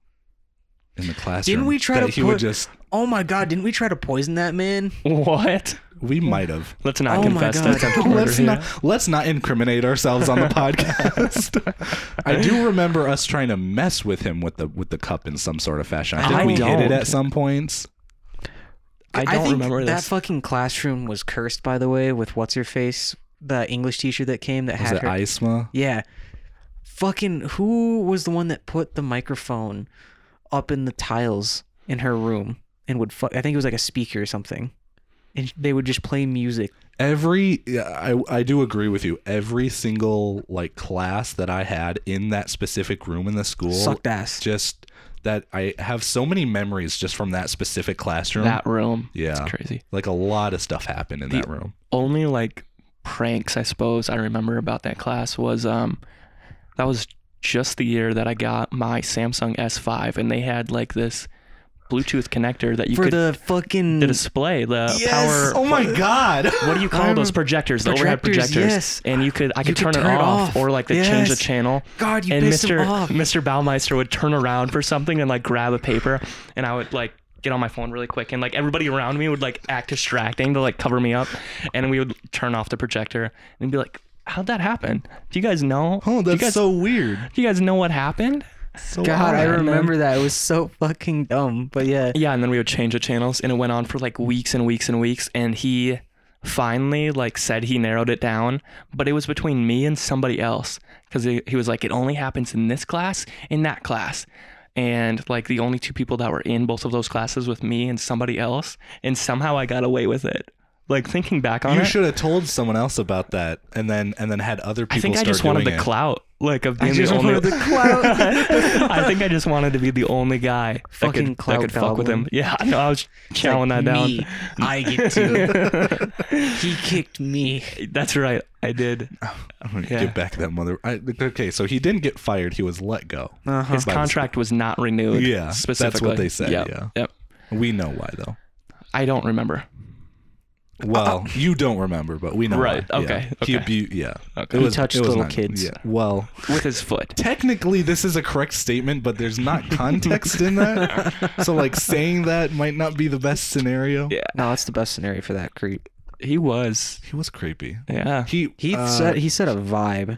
A: in the classroom.
B: Didn't we try
A: that
B: to
A: he would
B: put-
A: just
B: oh my god, didn't we try to poison that man?
C: What?
A: we might have.
C: Let's not
B: Oh my
C: confess to
B: God.
C: attempted murder
A: let's
C: here.
A: not let's not incriminate ourselves on the podcast. I do remember us trying to mess with him with the with the cup in some sort of fashion. I think
B: I
A: we hit it
C: don't.
A: at some points.
C: I don't
B: think
C: remember
B: that
C: this.
B: fucking classroom was cursed, by the way, with what's her face, the English teacher that came that
A: Was
B: had
A: it
B: her.
A: Isma?
B: Yeah. Fucking who was the one that put the microphone up in the tiles in her room and would fuck I think it was like a speaker or something. And they would just play music.
A: Every yeah, I I do agree with you. Every single like class that I had in that specific room in the school
B: Sucked ass.
A: just that I have so many memories just from that specific classroom.
C: that room.
A: yeah.
C: It's crazy.
A: Like a lot of stuff happened in that room.
C: Only like pranks, I suppose, I remember about that class was um that was just the year that I got my Samsung S5 and they had like this Bluetooth connector that you
B: For
C: could
B: the fucking
C: the display, the power
A: Oh my god.
C: what do you call those projectors? The overhead
B: projectors,
C: projectors.
B: yes.
C: And you could I could,
B: could
C: turn, it, off, or like they change the
B: Yes.
C: channel.
B: God, you
C: and
B: pissed him
C: Mr.
B: off.
C: Mr. Baumeister would turn around for something and like grab a paper and I would like get on my phone really quick and like everybody around me would like act distracting to like cover me up and we would turn off the projector and be like how'd that happen do you guys know
A: Oh,
C: do you
A: that's
C: guys,
A: so weird.
C: do you guys know what happened
A: So
B: God, I
A: odd.
B: remember that. It was so fucking dumb. But yeah.
C: yeah and then we would change the channels and it went on for like weeks and weeks and weeks and he finally like said he narrowed it down but it was between me and somebody else because he, he was like it only happens in this class in that class and like the only two people that were in both of those classes with me and somebody else and somehow i got away with it like thinking back on
A: You
C: it
A: should have told someone else about that, and then and then had other people.
C: i think i
A: start
C: just wanted
A: doing
C: the
A: it.
C: clout like of being the
B: just
C: only
B: wanted the clout.
C: i think i just wanted to be the only guy
B: Fucking
C: that could,
B: clout
C: that could fuck with
B: goblin.
C: him yeah i know i was chowing that down
B: Me, I get to. he kicked me.
C: that's right i did
A: I'm gonna
C: Yeah.
A: Get back that mother. I, okay, so he didn't get fired. He was let go.
B: Uh-huh.
C: His contract was not renewed.
A: Yeah, that's what
C: specifically.
A: they said,
C: Yep,
A: yeah.
C: Yep.
A: We know why though.
C: I don't remember.
A: Well, you don't remember, but we know.
C: Right,
A: Why.
C: okay,
A: Yeah. He
C: okay.
A: abused. Yeah.
C: Okay.
B: He touched little
A: not-
B: kids.
A: Yeah. Well,
C: With his foot.
A: technically, this is a correct statement, but there's not context in that. So, like, saying that might not be the best scenario.
C: Yeah.
B: No, that's the best scenario for that creep.
C: He was.
A: He was creepy.
C: Yeah.
A: He
B: He
A: uh,
B: said he set a vibe,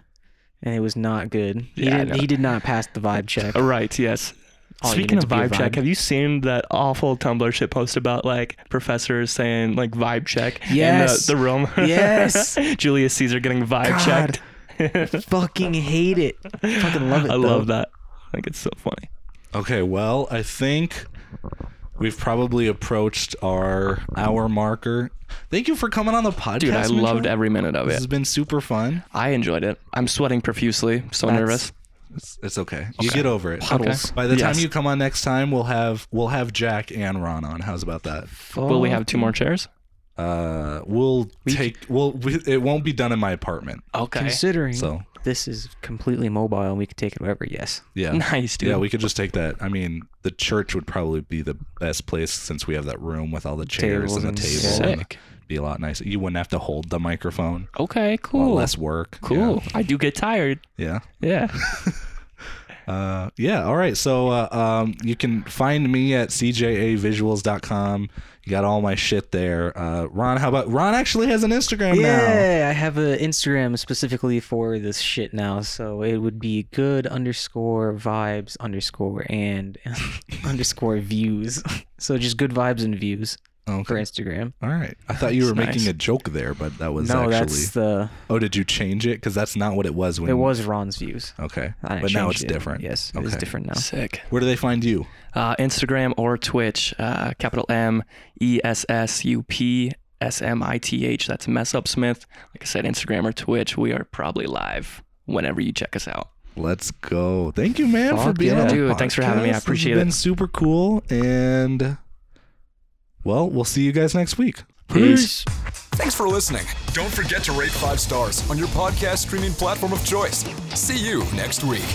B: and it was not good. He
C: Yeah, I
B: didn't,
C: know.
B: he did not pass the vibe check.
C: Oh, right. Yes.
B: All Oh, you
C: Speaking
B: need
C: of
B: to be a
C: vibe check,
B: vibe.
C: have you seen that awful Tumblr shit post about like professors saying like vibe check
B: Yes.
C: in the, the room?
B: Yes.
C: Julius Caesar getting vibe
B: God.
C: checked.
B: Fucking hate it. Fucking love it.
C: I
B: though.
C: love that. I think it's so funny.
A: Okay, well, I think we've probably approached our hour marker. Thank you for coming on the podcast.
C: Dude, I
A: Mitchell.
C: loved every minute of
A: This has
C: it.
A: been super fun.
C: I enjoyed it. I'm sweating profusely. So
B: That's-
C: nervous.
A: It's, it's okay. You get over it.
C: Puddles.
A: By the
C: Yes.
A: time you come on next time, we'll have we'll have Jack and Ron on. How's about that?
C: Will
B: Oh.
C: we have two more chairs?
A: Uh, we'll take we'll we, it won't be done in my apartment.
C: Okay.
B: Considering
A: So
B: this is completely mobile and we can take it wherever. Yes.
A: yeah,
C: Nice, dude.
A: Yeah, we could just take that. I mean, the church would probably be the best place since we have that room with all the chairs
B: Tables
A: and
B: and-
A: the table. and
C: Sick.
A: be a lot nicer. You wouldn't have to hold the microphone.
C: Okay,
A: A lot
C: cool.
A: less work.
C: Cool. I do get tired.
A: Yeah.
C: Yeah.
A: Yeah. Uh, yeah. All right. So uh, um, you can find me at cjavisuals.com. You got all my shit there. Uh, Ron, how about Ron actually has an Instagram now?
B: Yeah, I have an Instagram specifically for this shit now, so it would be good underscore vibes underscore and underscore views. So just good vibes and views for
A: Okay.
B: Instagram.
A: All right. I thought you were
C: That's
A: making
C: nice.
A: a joke there, but that was
B: no,
A: actually.
B: that's the
A: Oh, did you change it? Because that's not what it was when
B: it was Ron's views.
A: Okay.
B: I
A: But now
B: changed
A: it's
B: it.
A: different.
B: Yes,
A: Okay.
B: it is different now.
C: Sick.
A: Where do they find you?
C: Uh, Instagram or Twitch, uh, capital M E S S U P S M I T H. That's Mess Up Smith. Like I said, Instagram or Twitch, we are probably live whenever you check us out.
A: Let's go. Thank you, man, for
B: Fuck
A: being on
B: yeah.
A: the
C: Dude, thanks for having me.
A: podcast.
C: I
A: This has
C: appreciate it.
A: been super cool. And Well, we'll see you guys next week.
C: Peace.
D: Thanks for listening. Don't forget to rate five stars on your podcast streaming platform of choice. See you next week.